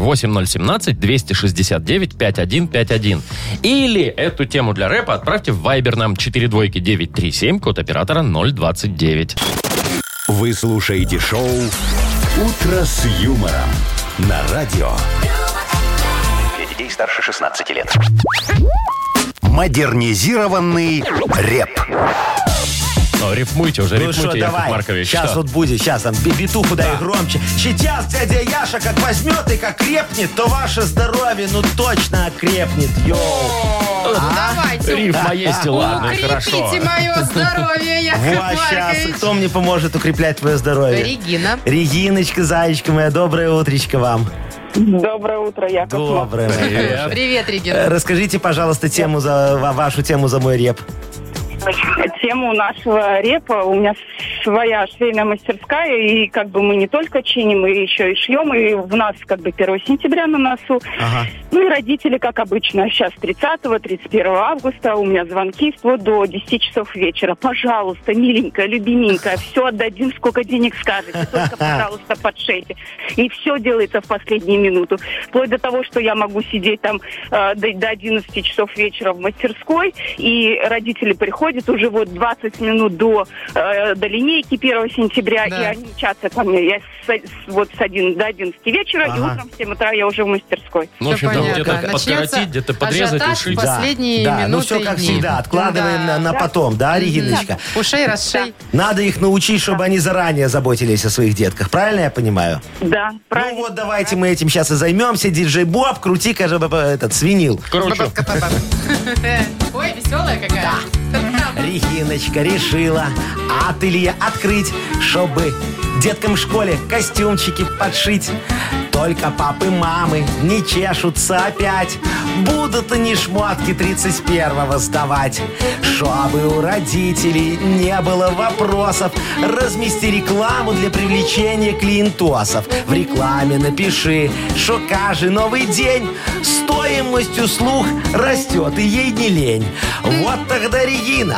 A: 8017-269-5151. Или эту тему для рэпа отправьте в Viber нам 42937, код оператора 029.
D: Вы слушаете шоу «Утро с юмором» на радио
E: Для детей старше 16 лет.
D: «Модернизированный реп».
A: Ну, рифмуйте уже,
C: Ну что,
A: рифмуйте, Яков
C: давай.
A: Маркович.
C: сейчас
A: Что?
C: вот будет, сейчас там би- битуху дай громче. Сейчас дядя Яша как возьмет и как крепнет, то ваше здоровье ну точно окрепнет, йоу.
B: Ну, Давайте.
A: Рифма есть, и ладно,
B: Укрепите
A: Ну, хорошо.
B: мое
C: *laughs*
B: здоровье, Яков
C: Вот сейчас,
B: Маркович.
C: кто мне поможет укреплять твое здоровье?
B: Регина.
C: Региночка, зайчка моя, доброе утречко вам.
H: Доброе утро, Яков
C: Доброе.
H: Маркович.
C: моя
A: Привет.
B: Привет,
C: Э,
B: Регина.
C: Расскажите, пожалуйста, тему за ва- вашу тему за мой реп.
H: Тему нашего репа у меня своя швейная мастерская, и как бы мы не только чиним, и еще и шьем, и у нас как бы 1 сентября на носу.
C: Ага.
H: Ну и родители, как обычно, сейчас 30-го, 31 августа у меня звонки вплоть до 10 часов вечера. Пожалуйста, миленькая, любименькая, все отдадим, сколько денег скажете, только, пожалуйста, подшейте. И все делается в последнюю минуту. Вплоть до того, что я могу сидеть там э, до, до 11 часов вечера в мастерской, и родители приходят уже вот 20 минут до, э, до линейки 1 сентября,
B: Да.
H: и они мчатся ко мне. Я с- с- вот с 1 до 11 вечера, и
C: Ага.
H: утром в 7 утра я уже в мастерской.
A: Ну, в общем, там
B: Всё
A: где-то
B: понятно. Начнется
A: подкоротить, где-то подрезать,
B: ажиотаж,
A: ушить.
C: Да,
B: Последние
C: да, ну
B: минуты
C: все
B: и
C: как
B: дни.
C: всегда,
B: Да.
C: откладываем на, на потом, да, Региночка?
B: Ушей, расшей. *laughs*
C: Надо их научить, чтобы они заранее заботились о своих детках. Правильно я понимаю?
H: Да, правильно.
C: Ну вот давайте мы этим сейчас и займемся. Диджей Боб, крути-ка же б- б- этот свинил.
A: Короче,
B: Ой, веселая какая.
C: Региночка решила ателье открыть, чтобы деткам в школе костюмчики подшить. Только папы, мамы не чешутся опять. Будут они шмотки 31-го сдавать. Чтобы у родителей не было вопросов. Размести рекламу для привлечения клиентосов. В рекламе напиши, что каждый новый день стоимость услуг растет, и ей не лень. Вот тогда, Регина,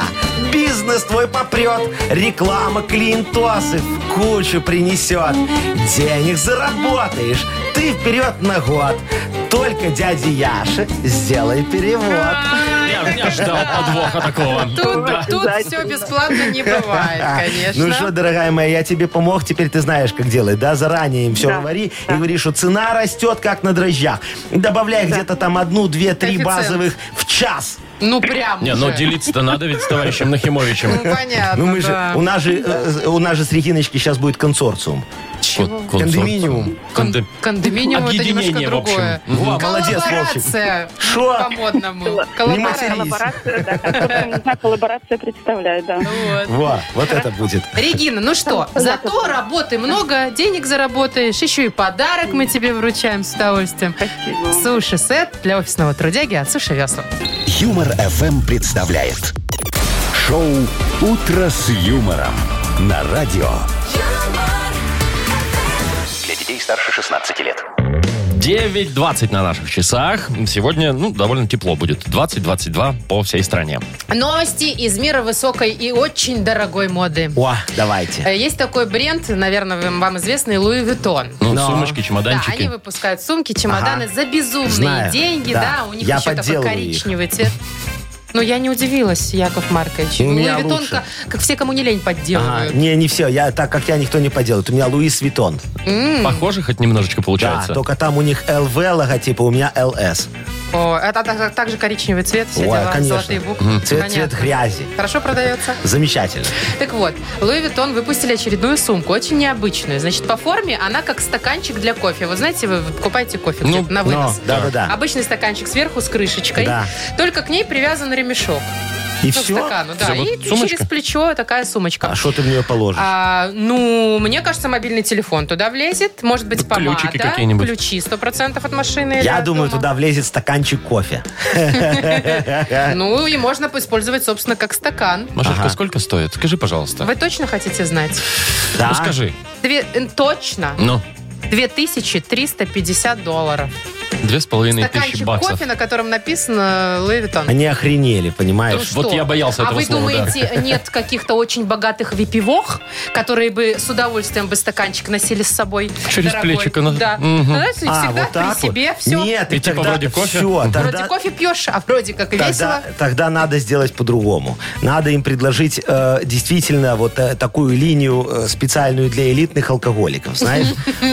C: бизнес твой попрет, реклама клиентосы в кучу принесет. Денег заработаешь, ты вперед на год. Только дяде Яше сделай перевод.
A: я, я ждал подвоха такого.
B: Тут, тут все бесплатно не бывает, конечно.
C: *laughs* Ну что, дорогая моя, я тебе помог, теперь ты знаешь, как делать, да? Заранее им все
H: Да,
C: говори
H: да.
C: и говори, что цена растет, как на дрожжах. Добавляй где-то там одну, две, три
B: Коэффициент.
C: базовых в час.
B: Ну, прям
A: Не,
B: уже.
A: но делиться-то надо ведь с товарищем Нахимовичем.
B: Ну, понятно,
C: Ну мы же,
B: да.
C: у нас же, э, у нас же с Региночки сейчас будет консорциум.
A: Кон-
C: Кондоминиум.
B: Кон-
A: Кондо-
B: кондоминиум это
A: Объединение,
B: немножко
A: в общем.
B: другое.
C: Во, молодец, Вовчик.
B: Коллаборация.
C: Шо?
B: По-модному.
C: Не
B: Коллаборация.
C: матерись.
H: Коллаборация, да, как, собственно, не знаю, коллаборация представляет, да.
B: Вот.
C: Во, вот это будет.
B: Регина, ну что, зато работы много, денег заработаешь, еще и подарок мы тебе вручаем с удовольствием. Суши-сет для офисного трудяги от Суши Весла.
D: Юмор FM представляет шоу Утро с юмором на радио.
E: Для детей старше 16 лет.
A: 9.20 на наших часах. Сегодня, ну, довольно тепло будет. 20-22 по всей стране.
B: Новости из мира высокой и очень дорогой моды.
C: О, давайте.
B: Э, Есть такой бренд, наверное, вам- вам известный, Луи Виттон.
A: Ну,
C: Но.
A: сумочки,
B: Да,
A: чемоданчики.
B: они выпускают сумки, чемоданы
C: Ага.
B: за безумные
C: Знаю,
B: деньги, да.
C: да.
B: у них
C: Я
B: еще такой
C: подделываю их.
B: коричневый цвет. Ну, я не удивилась, Яков Маркович.
C: У меня
B: Луи Виттон,
C: лучше.
B: как, как все, кому не лень,
C: Ага,
B: подделывают.
C: не, не все, я, так как я, никто не поделает. У меня Луис Витон.
A: Похоже хоть немножечко
C: Да,
A: получается?
C: только там у них ЛВ логотипа, у меня ЛС.
B: О, а это так, так же коричневый цвет, все
C: Ой,
B: дела,
C: конечно.
B: золотые буквы.
C: Цвет-
B: Понятно.
C: цвет грязи.
B: Хорошо продается?
C: Замечательно.
B: Так вот, Луи Виттон выпустили очередную сумку, очень необычную. Значит, по форме она как стаканчик для кофе. Вот знаете, вы покупаете кофе
A: Ну,
B: где-то на вынос.
C: но, да-да-да.
B: Обычный стаканчик сверху с крышечкой.
C: Да.
B: Только к ней привязан ремешок.
C: И
B: ну, к
C: все?
B: стакану, да.
A: Всё, вот
B: И
A: сумочка?
B: через плечо такая сумочка.
C: А что ты в нее положишь?
B: А, ну, мне кажется, мобильный телефон туда влезет. Может быть,
A: Да,
B: помада.
A: ключики какие-нибудь.
B: Ключи 100% от машины. или
C: Я
B: от
C: думаю,
B: дома.
C: туда влезет стаканчик кофе.
B: Ну, и можно использовать, собственно, как стакан.
A: Машечка, сколько стоит? Скажи, пожалуйста.
B: Вы точно хотите знать?
C: Да?
A: Ну, скажи.
B: Две, э, точно.
A: Ну,
B: 2350 долларов.
A: две с половиной тысячи
B: Стаканчик
A: баксов.
B: кофе, на котором написано Луи Виттон.
C: Они охренели,
B: Ну
C: понимаешь?
B: что?
A: Вот я боялся этого
B: А вы
A: слова, да.
B: думаете, нет каких-то очень богатых випивох, которые бы с удовольствием бы стаканчик носили с собой?
A: Через
B: дорогой?
A: плечик она-
B: Да.
A: Мгм.
B: Ну, знаете,
C: А,
B: всегда
C: вот так
B: при себе
C: вот?
B: все.
C: Нет,
A: И
C: и
A: типа
C: тогда
A: вроде кофе?
C: Все,
A: Вроде
B: Вроде
C: тогда,
B: кофе пьешь, а вроде как и
C: Тогда,
B: весело.
C: тогда надо сделать по-другому. Надо им предложить э, действительно вот э, такую линию э, специальную для элитных
B: *laughs*
C: алкоголиков, знаешь?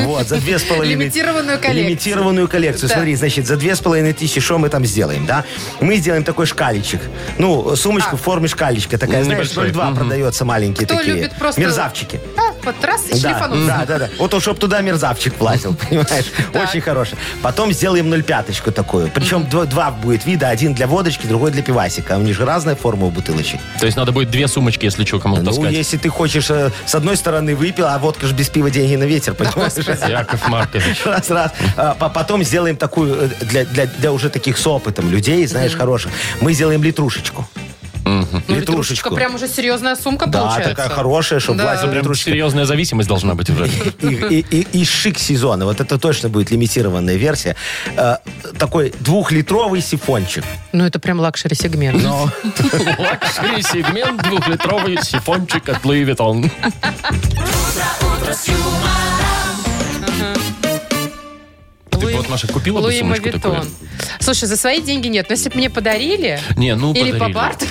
C: Вот, за две с половиной...
B: Лимитированную коллекцию.
C: Лимитированную коллекцию.
B: Да.
C: Смотри, значит, за две с половиной тысячи что мы там сделаем, да? Мы сделаем такой шкалечек. Ну,
B: А.
C: сумочку в форме шкалечка. Такая, знаешь,
A: Небольшой.
C: 0,2 продается маленькие
B: Ну, Кто
C: такие.
B: любит просто-
C: Мерзавчики.
B: А, вот раз и
C: Да,
B: шлифанул.
C: да, да, да. Вот он, чтоб туда мерзавчик платил, *laughs* понимаешь? Очень хороший. Потом сделаем 0,5 такую. Причем дво- два будет вида. Один для водочки, другой для пивасика. У них же разная форма у бутылочек.
A: То есть надо будет две сумочки, если что, кому-то
C: Ну,
A: таскать.
C: если ты хочешь, э, с одной стороны выпил, а водка же без пива деньги на ветер, понимаешь? *laughs*
A: Яков Маркович.
C: Раз, раз. А, по- Потом сделаем такую э, для, для, для уже таких с опытом людей, знаешь, хороших. Мы сделаем литрушечку.
B: Ну, литрушечка прям уже серьезная сумка
C: Да,
B: получается.
C: такая хорошая, чтобы
B: Да.
C: влазил
A: Прям
C: литрушечка.
A: серьезная зависимость должна быть уже.
C: и, и- и- и шик сезона. Вот это точно будет лимитированная версия. Э, такой двухлитровый сифончик.
B: Ну, это прям лакшери сегмент.
A: Ну, Лакшери сегмент, двухлитровый сифончик от Луи Виттон. Ты
B: Луи-
A: вот, Маша, купила бы
B: Луи
A: сумочку такую?
B: Мавитон. Слушай, за свои деньги нет. Но если бы мне подарили...
A: Не, ну
B: Или по
A: подарили.
B: бартеру.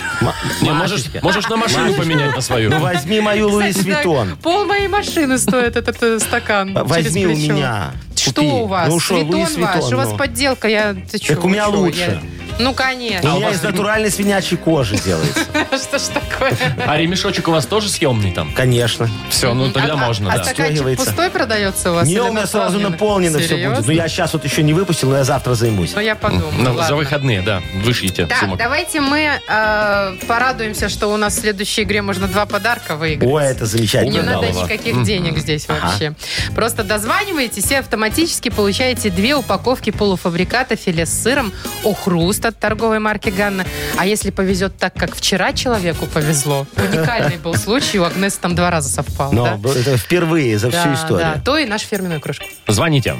A: Не, можешь, можешь на машину поменять на свою.
C: Ну возьми мою Луис
B: Кстати, да,
C: Витон.
B: Пол моей машины стоит этот э, стакан.
C: Возьми
B: через
C: у
B: плечо.
C: меня.
B: Что
C: Купи.
B: у вас?
C: Ну что,
B: Витон
C: Луис
B: ваш,
C: Витон.
B: у вас
C: ну.
B: подделка, я... Ты чё,
C: Так у меня
B: чё, я-
C: лучше.
B: Ну,
C: У
B: конечно.
C: меня из натуральной свинячьей кожи
B: *laughs*
C: делается.
B: Что ж такое?
A: А ремешочек у вас тоже съемный там?
C: Конечно.
A: Все, ну тогда
B: А-
A: можно,
B: а,
A: да.
B: стаканчик
C: Отстегивается.
B: пустой продается у вас?
C: Не,
B: или
C: у меня сразу наполнено все будет.
B: Серьезно?
C: Ну я сейчас вот еще не выпустил, но я завтра займусь.
B: Ну, я подумаю.
A: Ну, за
B: ладно.
A: выходные, да, вышьете
B: Так,
A: сумок.
B: давайте мы э, порадуемся, что у нас в следующей игре можно два подарка выиграть.
C: Ой, это
B: Не
C: замечательно.
A: Угадала
B: надо
A: вас.
B: никаких денег здесь вообще. Просто дозваниваетесь и автоматически получаете две упаковки полуфабриката филе с сыром «Охруст» от торговой марки «Ганна». А если повезет так, как вчера человеку повезло, уникальный был случай, у Агнесы там два раза совпало,
C: Но
B: да?
C: б- это впервые за всю
B: Да, да,
C: историю.
B: то и нашу фирменную кружку.
A: Звоните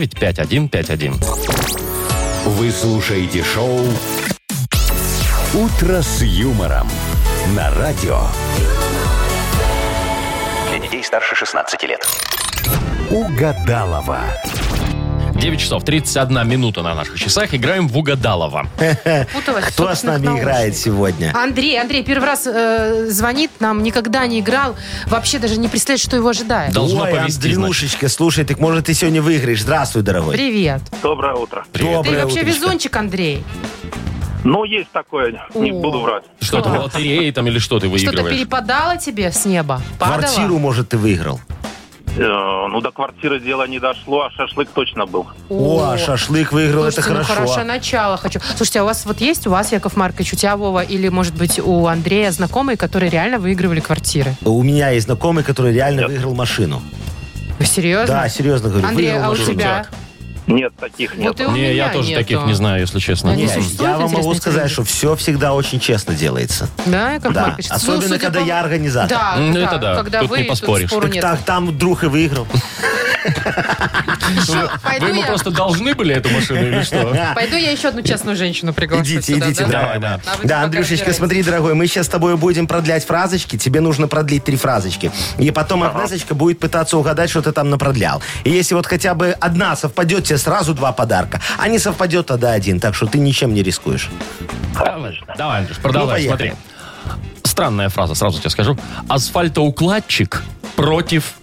A: 8017-269-5151.
D: Вы слушаете шоу «Утро с юмором» на радио.
E: Для детей старше 16 лет.
D: Угадалова.
A: 9 часов 31 минута на наших часах. Играем в Угадалова.
B: Путалась в
C: Кто с
B: собственных
C: нами
B: наушниках.
C: играет сегодня?
B: Андрей, Андрей первый раз э, звонит нам, никогда не играл, вообще даже не представляет, что его ожидает.
A: Должно
C: Ой,
A: повезти, значит.
C: Андрюшечка, слушай, так может ты сегодня выиграешь. Здравствуй, дорогой.
B: Привет.
I: Доброе утро.
A: Привет.
B: Ты
C: Доброе
B: вообще
C: утречко.
B: везунчик, Андрей.
I: Ну, есть такое, не
B: О.
I: буду врать.
A: Что это, на лотерее там или что ты
B: Что-то
A: выигрываешь?
B: перепадало тебе с неба? Падало?
C: Квартиру, может, ты выиграл.
I: Э, ну, до квартиры дело не дошло, а шашлык точно был.
C: О, шашлык выиграл,
B: Слушайте,
C: это хорошо.
B: ну хорошее начало хочу. Слушайте, а у вас вот есть, у вас, Яков Маркович, у тебя, Вова, или, может быть, у Андрея знакомые, которые реально выигрывали квартиры?
C: У меня есть знакомый, который реально выиграл машину.
B: Вы серьезно?
C: Да, серьезно говорю.
B: Андрей,
C: выиграл
B: а у
C: машину.
B: тебя?
I: Нет, таких нет.
B: Вот и у
A: Не,
B: меня
A: я тоже
B: нету. Ну,
A: таких не знаю, если честно. Ну,
B: Они
C: Не,
B: существует,
C: я вам могу
B: интересно,
C: сказать,
B: тебе?
C: что все всегда очень честно делается.
B: Да, Яков
C: Да.
B: Маркович? Ну,
C: Особенно,
B: судя
C: когда
B: по-
C: я организатор.
B: Да,
A: Ну, это да,
B: Когда
A: тут
B: вы,
A: не
B: тут
A: поспоришь.
B: спору
C: Так
B: нет.
C: так там друг и выиграл.
B: Всё, ну, пойду
A: Вы ему
B: я-
A: просто должны были эту машину или *laughs* что?
B: Пойду я еще одну честную женщину приглашу
C: *laughs* Идите,
B: сюда,
C: идите,
B: да?
C: дорогая
A: Давай,
C: моя.
B: да. А вы
C: Да,
B: пока
C: Андрюшечка,
B: разбирайтесь.
C: смотри, дорогой, мы сейчас с тобой будем продлять фразочки. Тебе нужно продлить три фразочки. И потом Агнесочка будет пытаться угадать, что ты там напродлял. И если вот хотя бы одна совпадет, тебе сразу два подарка. А не совпадет, тогда один. Так что ты ничем не рискуешь.
A: Давай, Андрюш, продолжай,
C: Ну,
A: смотри.
C: поехали.
A: Странная фраза, сразу тебе скажу. Асфальтоукладчик против...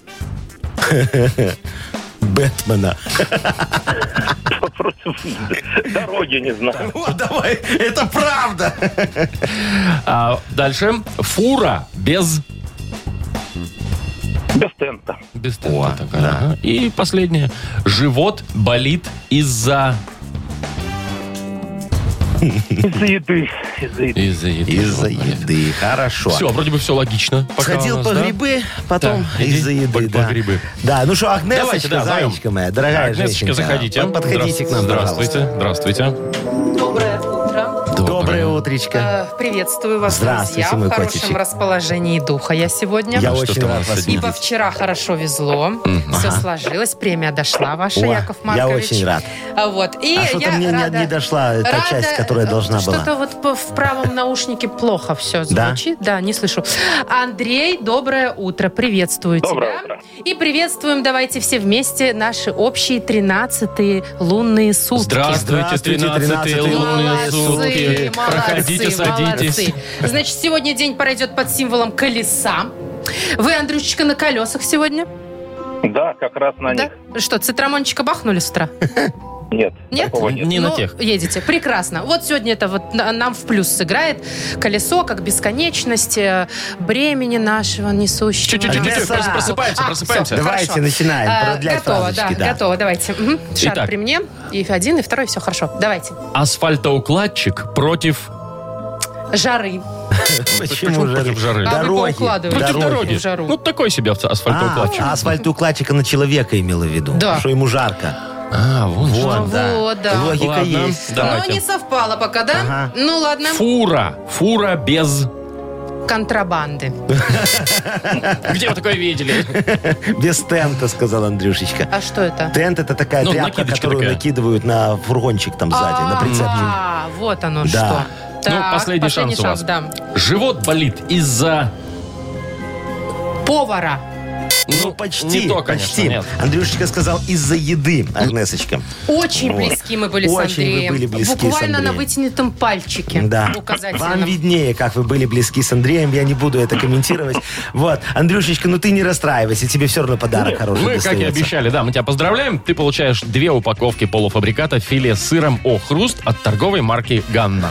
C: Бэтмена.
F: просто дороги не знаю.
A: Ну,
C: Вот, давай, это правда.
A: А дальше. Фура без...
F: Без тента.
A: Без тента такая. ага. И последнее. Живот болит из-за...
F: Из-за еды. Из-за еды.
A: Из-за еды.
C: Из-за еды. Хорошо.
A: Все, вроде бы все логично. пока
C: Сходил
A: у нас,
C: по
A: да?
C: грибы, потом
A: Да, иди
C: из-за еды.
A: по- по
C: да.
A: грибы.
C: Да, ну что,
A: Давайте,
C: Агнесочка,
A: да, Варя.
C: зайчка моя, дорогая
A: Агнесочка,
C: женщина.
A: заходите.
C: под- Подходите к нам,
A: Здравствуйте. Здравствуйте.
B: Доброе утро.
C: пожалуйста. Доброе утречко.
B: Э, Приветствую вас,
C: Здравствуйте,
B: друзья. В
C: мой
B: хорошем
C: котичек.
B: расположении духа я сегодня.
C: Я
A: что
C: очень
A: там
C: рад
A: у нас
C: вас
A: сегодня?
C: видеть.
B: Ибо Типа, вчера хорошо везло, все сложилось, премия дошла ваша,
C: О,
B: Яков
C: я
B: Маркович.
C: очень рад.
B: А Вот. И
C: А что-то
B: я
C: мне не-
B: рада-
C: не дошла эта
B: рада,
C: часть, которая
B: э,
C: должна была.
B: Что-то вот по- в правом наушнике плохо все
C: Да?
B: звучит. Да, не слышу. Андрей, доброе утро. Приветствую
F: Доброе
B: тебя.
F: утро.
B: И приветствуем, давайте все вместе, наши общие 13 лунные сутки.
A: Здравствуйте,
C: Здравствуйте,
A: 13-е
C: 13-е
A: лунные
C: лунные
A: сутки.
B: Молодцы,
A: Проходите,
B: молодцы,
A: садитесь.
B: молодцы. Значит, сегодня день пройдет под символом колеса. Вы, Андрюшечка, на колесах сегодня?
F: Да, как раз на
B: да?
F: них.
B: Что, цитрамончика бахнули с
C: *laughs*
B: утра?
F: Нет.
B: Нет?
F: такого нет.
A: Не
B: Ну,
A: на тех.
B: едете. Прекрасно. Вот сегодня это вот на- нам в плюс сыграет. Колесо, как бесконечность, э, бремени нашего несущего.
A: Чуть-чуть, чуть-чуть,
B: нас.
C: просыпаемся,
B: Да.
A: просыпаемся,
B: А,
A: просыпаемся.
B: всё,
C: Давайте,
B: хорошо.
C: начинаем.
B: Э,
C: Продлять
B: готово,
C: фразочки,
B: да,
C: да.
B: готово, давайте. Мгм. Шар
A: Итак.
B: при мне, и один, и второй, все хорошо. Давайте.
A: Асфальтоукладчик против...
B: Жары.
C: Почему
A: против жары?
B: А вы
C: Дороги.
B: поукладываете.
A: Против
B: Дороги.
A: дороги.
B: В жару.
A: Ну, такой себе асфальтоукладчик.
C: А, асфальтоукладчика на человека имела в виду.
B: Да.
C: Что ему жарко.
A: А, вон что.
C: Вот, да.
B: вот, да.
C: Логика
A: Ладно,
C: есть.
B: Но
A: давайте.
B: не совпало пока, да?
C: Ага.
B: Ну ладно.
A: Фура. Фура без...
B: Контрабанды.
A: Где вы такое видели?
C: Без тента, сказал Андрюшечка.
B: А что это?
C: Тент это такая
A: Ну,
C: тряпка,
A: накидочка
C: которую
A: такая.
C: накидывают на фургончик там сзади, на прицепчик.
B: А, вот оно что.
C: Да.
A: Ну,
B: Так,
A: последний шанс у вас.
B: да.
A: Живот болит из-за...
B: Повара.
C: Ну, почти,
A: не то, конечно,
C: почти.
A: нет.
C: Андрюшечка сказал, из-за еды, Агнесочка.
B: Очень
C: Вот.
B: близки мы были с
C: Очень вы
B: Андреем.
C: были близки с
B: Буквально на
C: Андреем.
B: вытянутом пальчике.
C: Да. Вам
B: Указательном.
C: виднее, как вы были близки с Андреем. Я не буду это комментировать. Вот. Андрюшечка, ну ты не расстраивайся. Тебе все равно подарок хороший
A: Ну, Мы, как и
C: достается.
A: обещали, да, мы тебя поздравляем. Ты получаешь две упаковки полуфабриката филе с сыром «О Хруст» от торговой марки «Ганна».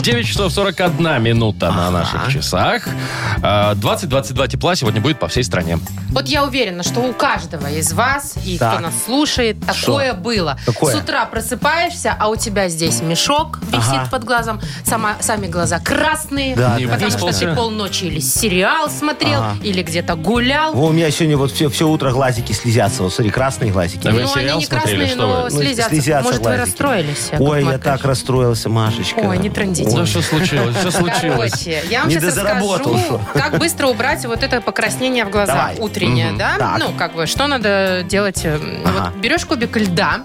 A: 9 часов 41 минута на наших часах. А, 20-22 тепла сегодня будет по всей стране.
B: Вот я уверена, что у каждого из вас и
C: Так.
B: кто нас слушает, такое было.
C: Какое?
B: С утра просыпаешься, а у тебя здесь мешок висит
C: Ага.
B: под глазом, сама, сами глаза красные,
C: Да,
A: Не да,
B: потому что
A: выспался.
B: ты полночи или сериал смотрел,
C: Ага.
B: или где-то гулял.
C: Во, у меня сегодня вот все, все утро глазики слезятся. Вот смотри, красные глазики.
A: А вы
B: Ну, они
A: сериал
B: не
A: смотрели,
B: красные,
A: что
B: но
A: вы?
C: Ну,
B: слезятся.
C: слезятся
B: Может, вы
C: глазики.
B: расстроились? Яков
C: Ой, я
B: Маркович?
C: так расстроился, Машечка.
B: Ой, не трындите.
A: Да что Ну, случилось? Что случилось?
B: Короче, я вам
C: Не
B: сейчас
C: дозаработал,
B: расскажу,
C: что?
B: как быстро убрать вот это покраснение в глазах
C: Давай.
B: утреннее,
C: Мгм.
B: да?
C: Так.
B: Ну, как бы, что надо делать? э,
C: Ага.
B: Вот берешь кубик льда,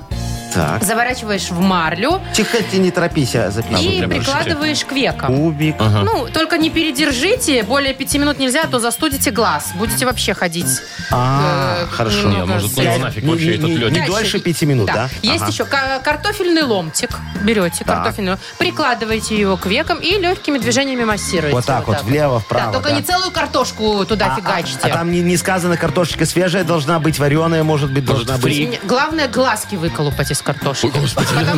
C: Так.
B: заворачиваешь в марлю
C: Тихо, ты не торопись, а запиши.
B: и
A: прям
B: прикладываешь к векам.
C: Кубик.
A: Ага.
B: Ну, только не передержите, более пяти минут нельзя, а то застудите глаз. Будете вообще ходить.
C: А,
B: Э,
C: хорошо.
B: ну,
A: Не, может, ну его нафиг
C: Не-
A: вообще
C: не-
A: этот
C: не-
A: лед.
C: не
B: Дальше.
C: дольше пяти минут, да?
B: Есть
C: Ага.
B: еще ка- картофельный ломтик. Берете
C: Так.
B: картофельный ломтик, прикладываете его к векам и легкими движениями массируете.
C: Вот так вот, влево, вправо,
B: Да, только
C: да.
B: не целую картошку туда
C: А- а,
B: фигачите.
C: а там не, не сказано, картошечка свежая должна быть, вареная, может быть,
A: Может,
C: должна
A: фри?
C: быть.
B: Не, Главное, глазки выколупать из картошки. Потому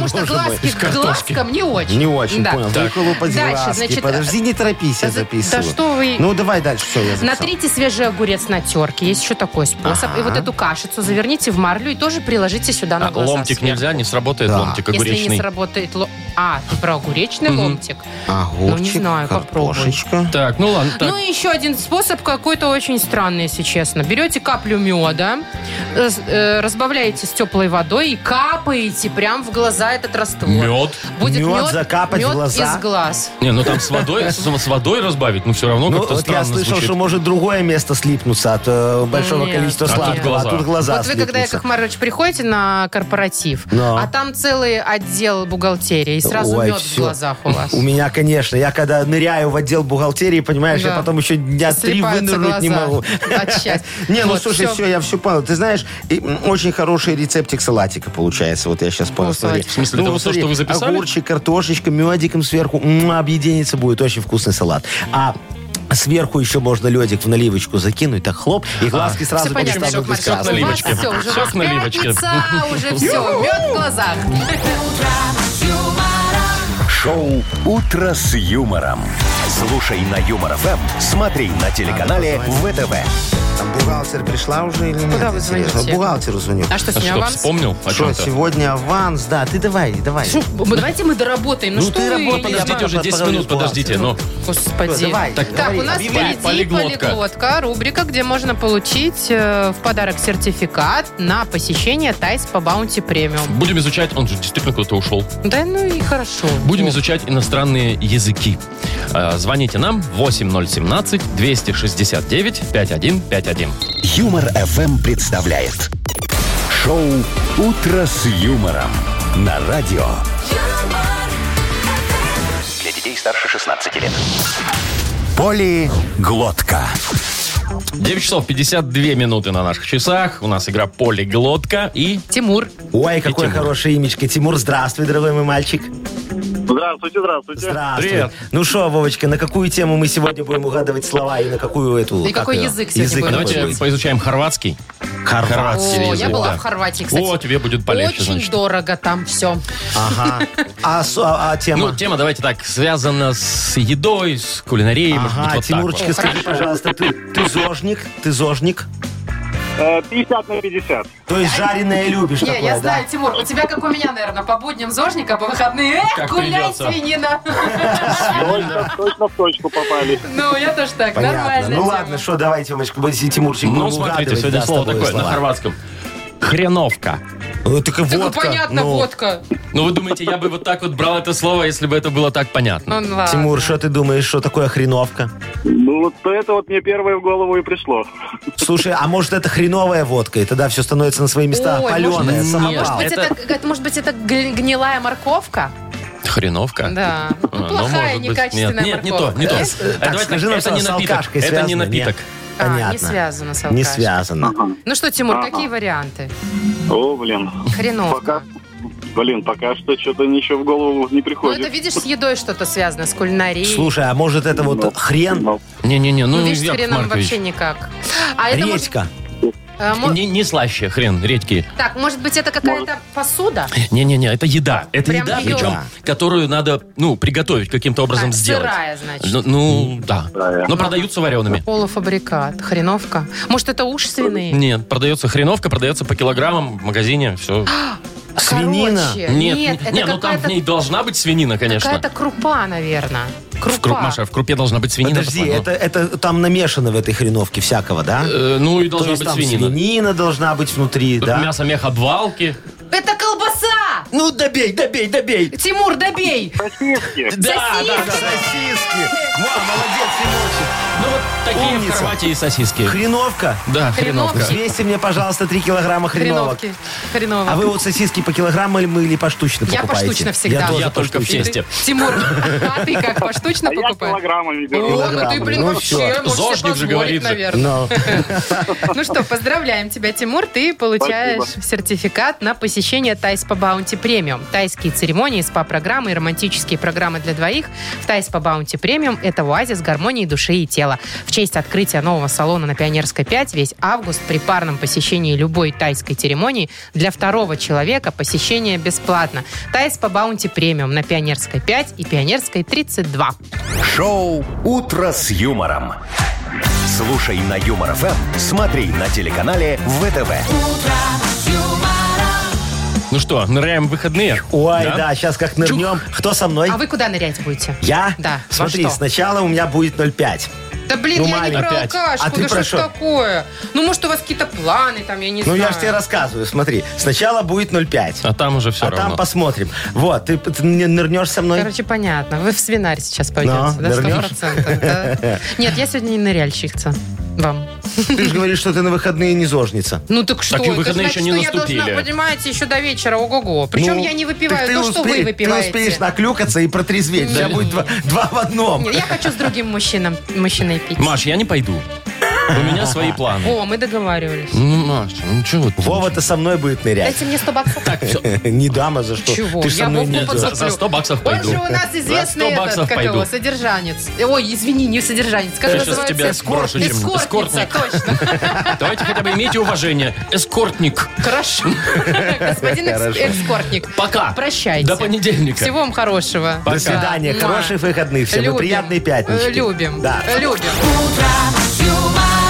B: что глазки к глазкам не очень.
C: Не очень,
B: Да.
C: понял. Выколупать
B: Дальше,
C: глазки.
B: значит, э,
C: Подожди, не торопись, я
B: да-
C: записываю.
B: да что вы-
C: Ну, давай дальше, все, я записал.
B: Натрите свежий огурец на терке. Есть еще такой способ. И вот эту кашицу заверните в марлю и тоже приложите сюда на
A: А,
B: глаза.
A: Ломтик
B: сверху.
A: нельзя, не сработает
C: Да.
A: ломтик
B: Если не
A: огуречный.
B: сработает... ло- А, ты про огуречный ломтик?
C: Огурчик,
B: Ну, не знаю, попробуй.
C: картошечка.
A: Так, ну ладно, так.
B: Ну и еще один способ какой-то очень странный, если честно. Берете каплю меда, э, с- э, разбавляете с теплой водой и капаете прям в глаза этот раствор.
A: Мед?
B: Будет
C: Мед
B: мед,
C: закапать в
B: мед
C: глаза?
B: из глаз.
A: Не, ну там с водой, с, с водой разбавить, ну все равно
C: Ну,
A: как-то
C: вот я
A: странно
C: слышал,
A: звучит.
C: что может другое место слипнуться от э, большого
B: Нет.
C: количества
B: А тут
C: сладкого, а
A: глаза.
C: тут глаза
B: вот вы, когда,
C: слипнутся.
B: Яков Маркович, приходите на корпоратив,
C: Но.
B: а там целый отдел бухгалтерии, и сразу
C: Ой,
B: мед в
C: всё.
B: глазах у вас.
C: У меня, конечно, я когда ныряю в отдел бухгалтерии, понимаешь,
B: Да.
C: я потом еще дня три
B: Слипаются
C: вынырнуть не
B: глаза
C: могу.
B: от счастья.
C: *laughs* Не, ну
B: Вот,
C: слушай,
B: всё.
C: все, я все понял. Ты знаешь, и, м, очень хороший рецептик салатика получается. получается. Вот я сейчас понял.
B: Полусолодец.
C: смотри.
B: Ну,
C: Ну,
B: В
A: смысле, это вот то,
C: смотри,
A: что вы записали?
C: Огурчик, картошечка, медиком сверху. М, объединится будет. Очень вкусный салат. А сверху еще можно ледик в наливочку закинуть. Так хлоп, и глазки сразу
B: все понятно, Яков
C: перестанут быть
B: Маркович.
A: Всё к
C: красными.
B: У вас
A: наливочке.
B: все, уже
A: Всё
B: у вас
A: к наливочке.
B: пятница, *laughs* уже все, мед в глазах.
D: Шоу «Утро с юмором». Слушай на Юмор ФМ, смотри на телеканале ВТВ.
C: Там бухгалтер пришла уже или нет?
B: Куда вы
C: Интересно.
B: звоните?
C: Бухгалтеру звоню.
B: А что с
A: А
B: ним
A: что,
B: аванс?
A: вспомнил о
C: Что,
A: чем-то?
C: сегодня аванс, да, ты давай, давай.
B: Фу, б- Давайте мы доработаем. Ну,
C: Ну,
B: что
C: ты
B: вы?
C: работай,
B: Яков
C: давай.
A: Подождите уже 10
C: поговорю
A: минут,
C: с Булатовым.
A: подождите. Ну,
B: Господи.
C: Давай,
B: так,
C: говори,
B: у нас
C: объявляй.
B: впереди
A: Полиглотка.
B: полиглотка. рубрика, где можно получить э, в подарок сертификат на посещение Тайс по Баунти Премиум.
A: будем изучать, он же действительно куда-то ушел.
B: Да ну и хорошо.
A: Будем изучать иностранные языки. Э, Звоните нам 8017-269-5151.
D: Юмор ФМ представляет. Шоу «Утро с юмором» на радио.
E: Для детей старше 16 лет.
D: Полиглотка.
A: 9 часов 52 минуты на наших часах. У нас игра «Полиглотка» и...
B: Тимур.
C: Ой, какое
A: Тимур.
C: хорошее имечко. Тимур, здравствуй, дорогой мой мальчик.
F: Здравствуйте, здравствуйте.
C: Здравствуй.
A: Привет.
C: Ну что, Вовочка, на какую тему мы сегодня будем угадывать слова и на какую эту...
B: И
C: как
B: какой
C: ее?
B: язык сегодня
C: Язык
B: будем?
C: какой
A: Давайте
C: будет?
A: поизучаем хорватский.
C: Хорват.
A: Хорватский
B: О, я
A: язык,
B: была
A: да.
B: в Хорватии, кстати.
A: О, тебе будет полегче,
B: Очень
A: значит.
B: дорого там все.
C: Ага. А, с- а- а тема?
A: Ну, тема, давайте так, связана с едой, с кулинарией, может быть,
C: ага,
A: вот так вот.
C: Тимурочка, скажи, пожалуйста, ты, ты зожник? Ты зожник?
I: Э, 50 на 50.
C: То есть жареное любишь
B: Не,
C: такое,
B: я
C: да?
B: знаю, типа, Тимур, у тебя, как у меня, наверное, по будням зожника, по выходные. Эх,
A: Как
B: гуляй,
A: придется.
B: свинина. *laughs*
I: Точно, точно в точку попали.
B: Ну, я тоже так,
C: Понятно.
B: нормально.
C: ну ладно, что, давай, Тимочка, будем- Тимурчик,
A: Ну,
C: будем
A: смотрите,
C: угадывать,
A: сегодня
C: да, с
A: слово
C: тобой
A: такое
C: слова.
A: на хорватском. Хреновка.
C: Ну, так и
B: Ну,
C: водка.
B: понятно,
C: Ну,
B: водка.
A: Ну, вы думаете, я бы вот так вот брал это слово, если бы это было так
B: Ну,
A: понятно?
B: ладно.
C: Тимур, что ты думаешь, что такое хреновка?
I: Ну, вот это вот мне первое в голову и пришло.
C: Слушай, а может это хреновая водка, и тогда все становится на свои места
B: Ой,
C: паленое,
A: может,
C: самопал.
A: а
B: Может быть,
A: Это-
B: это... это- может быть, это гни- гнилая морковка?
A: Хреновка?
B: Ну, Да.
A: А,
B: Ну,
A: ну,
B: плохая,
A: может быть.
B: некачественная
A: Нет, нет, не то,
B: морковка.
A: не то.
B: да?
A: Э, давайте
C: скажи
A: так,
C: нам
A: это
C: сразу,
A: не
C: с
A: напиток.
C: алкашкой
A: Это не
C: связано, не?
A: напиток.
B: А,
C: Понятно.
B: не связано с
C: Не
B: алкашкой.
C: связано.
B: Ну что, Тимур,
I: Ага.
B: какие варианты?
I: О, блин.
B: Хреново.
I: Пока. Блин, пока что что-то ничего в голову не
B: Ну, это,
I: приходит.
B: видишь, с едой что-то связано, с кулинарией.
C: Слушай, а может это вот хрен,
A: Не-не-не, ну,
B: ну, видишь, с
A: Яков
B: хреном
A: Маркович,
B: вообще никак. А это может...
C: редька?
B: э, мо-
A: Не, не слаще хрен, редьки.
B: Так, может быть, это какая-то посуда?
A: Не-не-не, это еда. Это
B: Прям
A: еда,
B: еда.
A: причем, которую надо, ну, приготовить, каким-то образом
B: Так,
A: сделать.
B: Сырая, значит.
A: Ну, ну, да. Но продаются вареными.
B: Полуфабрикат, хреновка. Может, это уши свиные?
A: Нет, продается хреновка, продается по килограммам в магазине, все.
C: Свинина?
B: Короче,
A: Нет,
B: нет,
A: не-
B: это
A: не, ну там в
B: какая-то
A: ней должна быть свинина, конечно.
B: какая-то крупа, наверное. Крупа.
A: В круп, Маша, в крупе должна быть свинина.
C: Подожди,
A: я
C: это,
A: так
C: это там намешано в этой хреновке всякого, да?
A: понял. Э, ну и
C: То
A: должна
C: есть
A: быть
C: там
A: свинина.
C: должна быть внутри,
A: Тут
C: да?
A: Мясо, мех, обвалки.
B: Это колбаса!
C: Ну добей, добей, добей.
B: Тимур, добей!
A: Да, да, да.
C: Сосиски. Во, молодец, Тимурчик.
A: Ну вот такие
C: Умница.
A: в Хорватии и сосиски.
C: Хреновка?
A: Да,
B: Хреновки.
A: хреновка.
C: Взвесьте мне, пожалуйста, 3 килограмма хреновок.
B: Хреновки. Хреново.
C: А вы вот сосиски по килограмму или, мы- или поштучно
B: Я
C: покупаете?
B: поштучно всегда.
C: Я тоже
A: Я только в
C: поштучно.
A: тесте.
B: Тимур, а ты как, поштучно
I: А я
B: покупаешь?
I: килограммами
B: О,
I: беру.
B: ну ты, блин,
C: Ну,
B: вообще,
C: всё.
B: можешь себе
A: Зожник же
B: позволить,
A: говорит же.
B: наверное.
C: Но
B: Ну что, поздравляем тебя, Тимур. Ты получаешь сертификат на посещение Тайс по Баунти Премиум. Тайские церемонии, спа-программы и романтические программы для двоих в Тайс по Баунти Премиум – это оазис гармонии души и тела. В честь открытия нового салона на Пионерской 5 весь август при парном посещении любой тайской церемонии для второго человека посещение бесплатно. Тайс по Баунти Премиум на Пионерской 5 и Пионерской 32.
D: Шоу «Утро с юмором». Слушай на Юмор ФМ, смотри на телеканале ВТВ.
A: Ну что, ныряем в выходные?
C: *laughs* Ой, да, сейчас как нырнем. Кто со мной?
B: А вы куда нырять будете?
C: Я?
B: Да, во
C: Смотри,
B: что?
C: сначала у меня будет 0,5.
B: Да блин,
C: Ну,
B: я
C: Марин,
B: не про
A: опять.
B: алкашку,
C: А ты
B: да
C: про
B: ж
C: что?
B: такое? Ну, может, у вас какие-то планы там, я не
C: Ну,
B: знаю.
C: я же тебе рассказываю, смотри. Сначала будет 0,5.
A: А там уже все
C: а там
A: равно.
C: посмотрим. Вот, ты, ты мне нырнешь со мной?
B: Короче, понятно. Вы в свинарь сейчас пойдете,
C: Ну,
B: да, сто
C: нырнешь?
B: процентов.
C: *laughs*
B: да. Нет, я сегодня не ныряльщица. Вам.
C: Ты же говоришь, что ты на выходные не зожница.
B: Ну так что?
A: и
B: это
A: выходные
B: значит,
A: еще не
B: что я
A: наступили.
B: должна, понимаете, еще до вечера, ого-го. Причем
C: Ну,
B: я не
C: так
B: выпиваю
C: ты
B: то, что вы
C: успе-
B: выпиваете.
C: Ты успеешь наклюкаться и протрезветь. У тебя будет два, два в одном.
B: Нет, я хочу с другим мужчином, мужчиной пить.
A: Маш, я не пойду. У меня свои планы.
B: О, мы договаривались.
A: Ну, Маша, ну чего ты?
C: Вова-то со мной будет нырять.
B: Дайте мне 100 баксов.
A: Так, все,
C: *laughs* Не дам, а за что?
B: Чего?
C: Ты ж со
B: Я
C: мной
B: Вовку
C: не
B: подсоблю.
C: идешь.
A: за- за 100 баксов
B: Он
A: пойду.
B: же у нас известный
A: 100 баксов
B: этот, как
A: пойду.
B: его, содержанец. Ой, извини, не содержанец. Как
A: Я щас
B: называется?
A: тебя сброшу чем-
B: Эскортница,
A: *laughs*
B: точно.
A: Давайте хотя бы имейте уважение. Эскортник.
B: Хорошо. Господин экс- экскортник.
A: Пока.
B: Прощайте.
A: До понедельника.
B: Всего вам хорошего.
C: До свидания.
B: Муа.
C: Хороших выходных всем. И
B: Любим.
C: приятной пятницы.
B: Э, Любим.
C: Да.
B: Э, Любим.
J: юмор.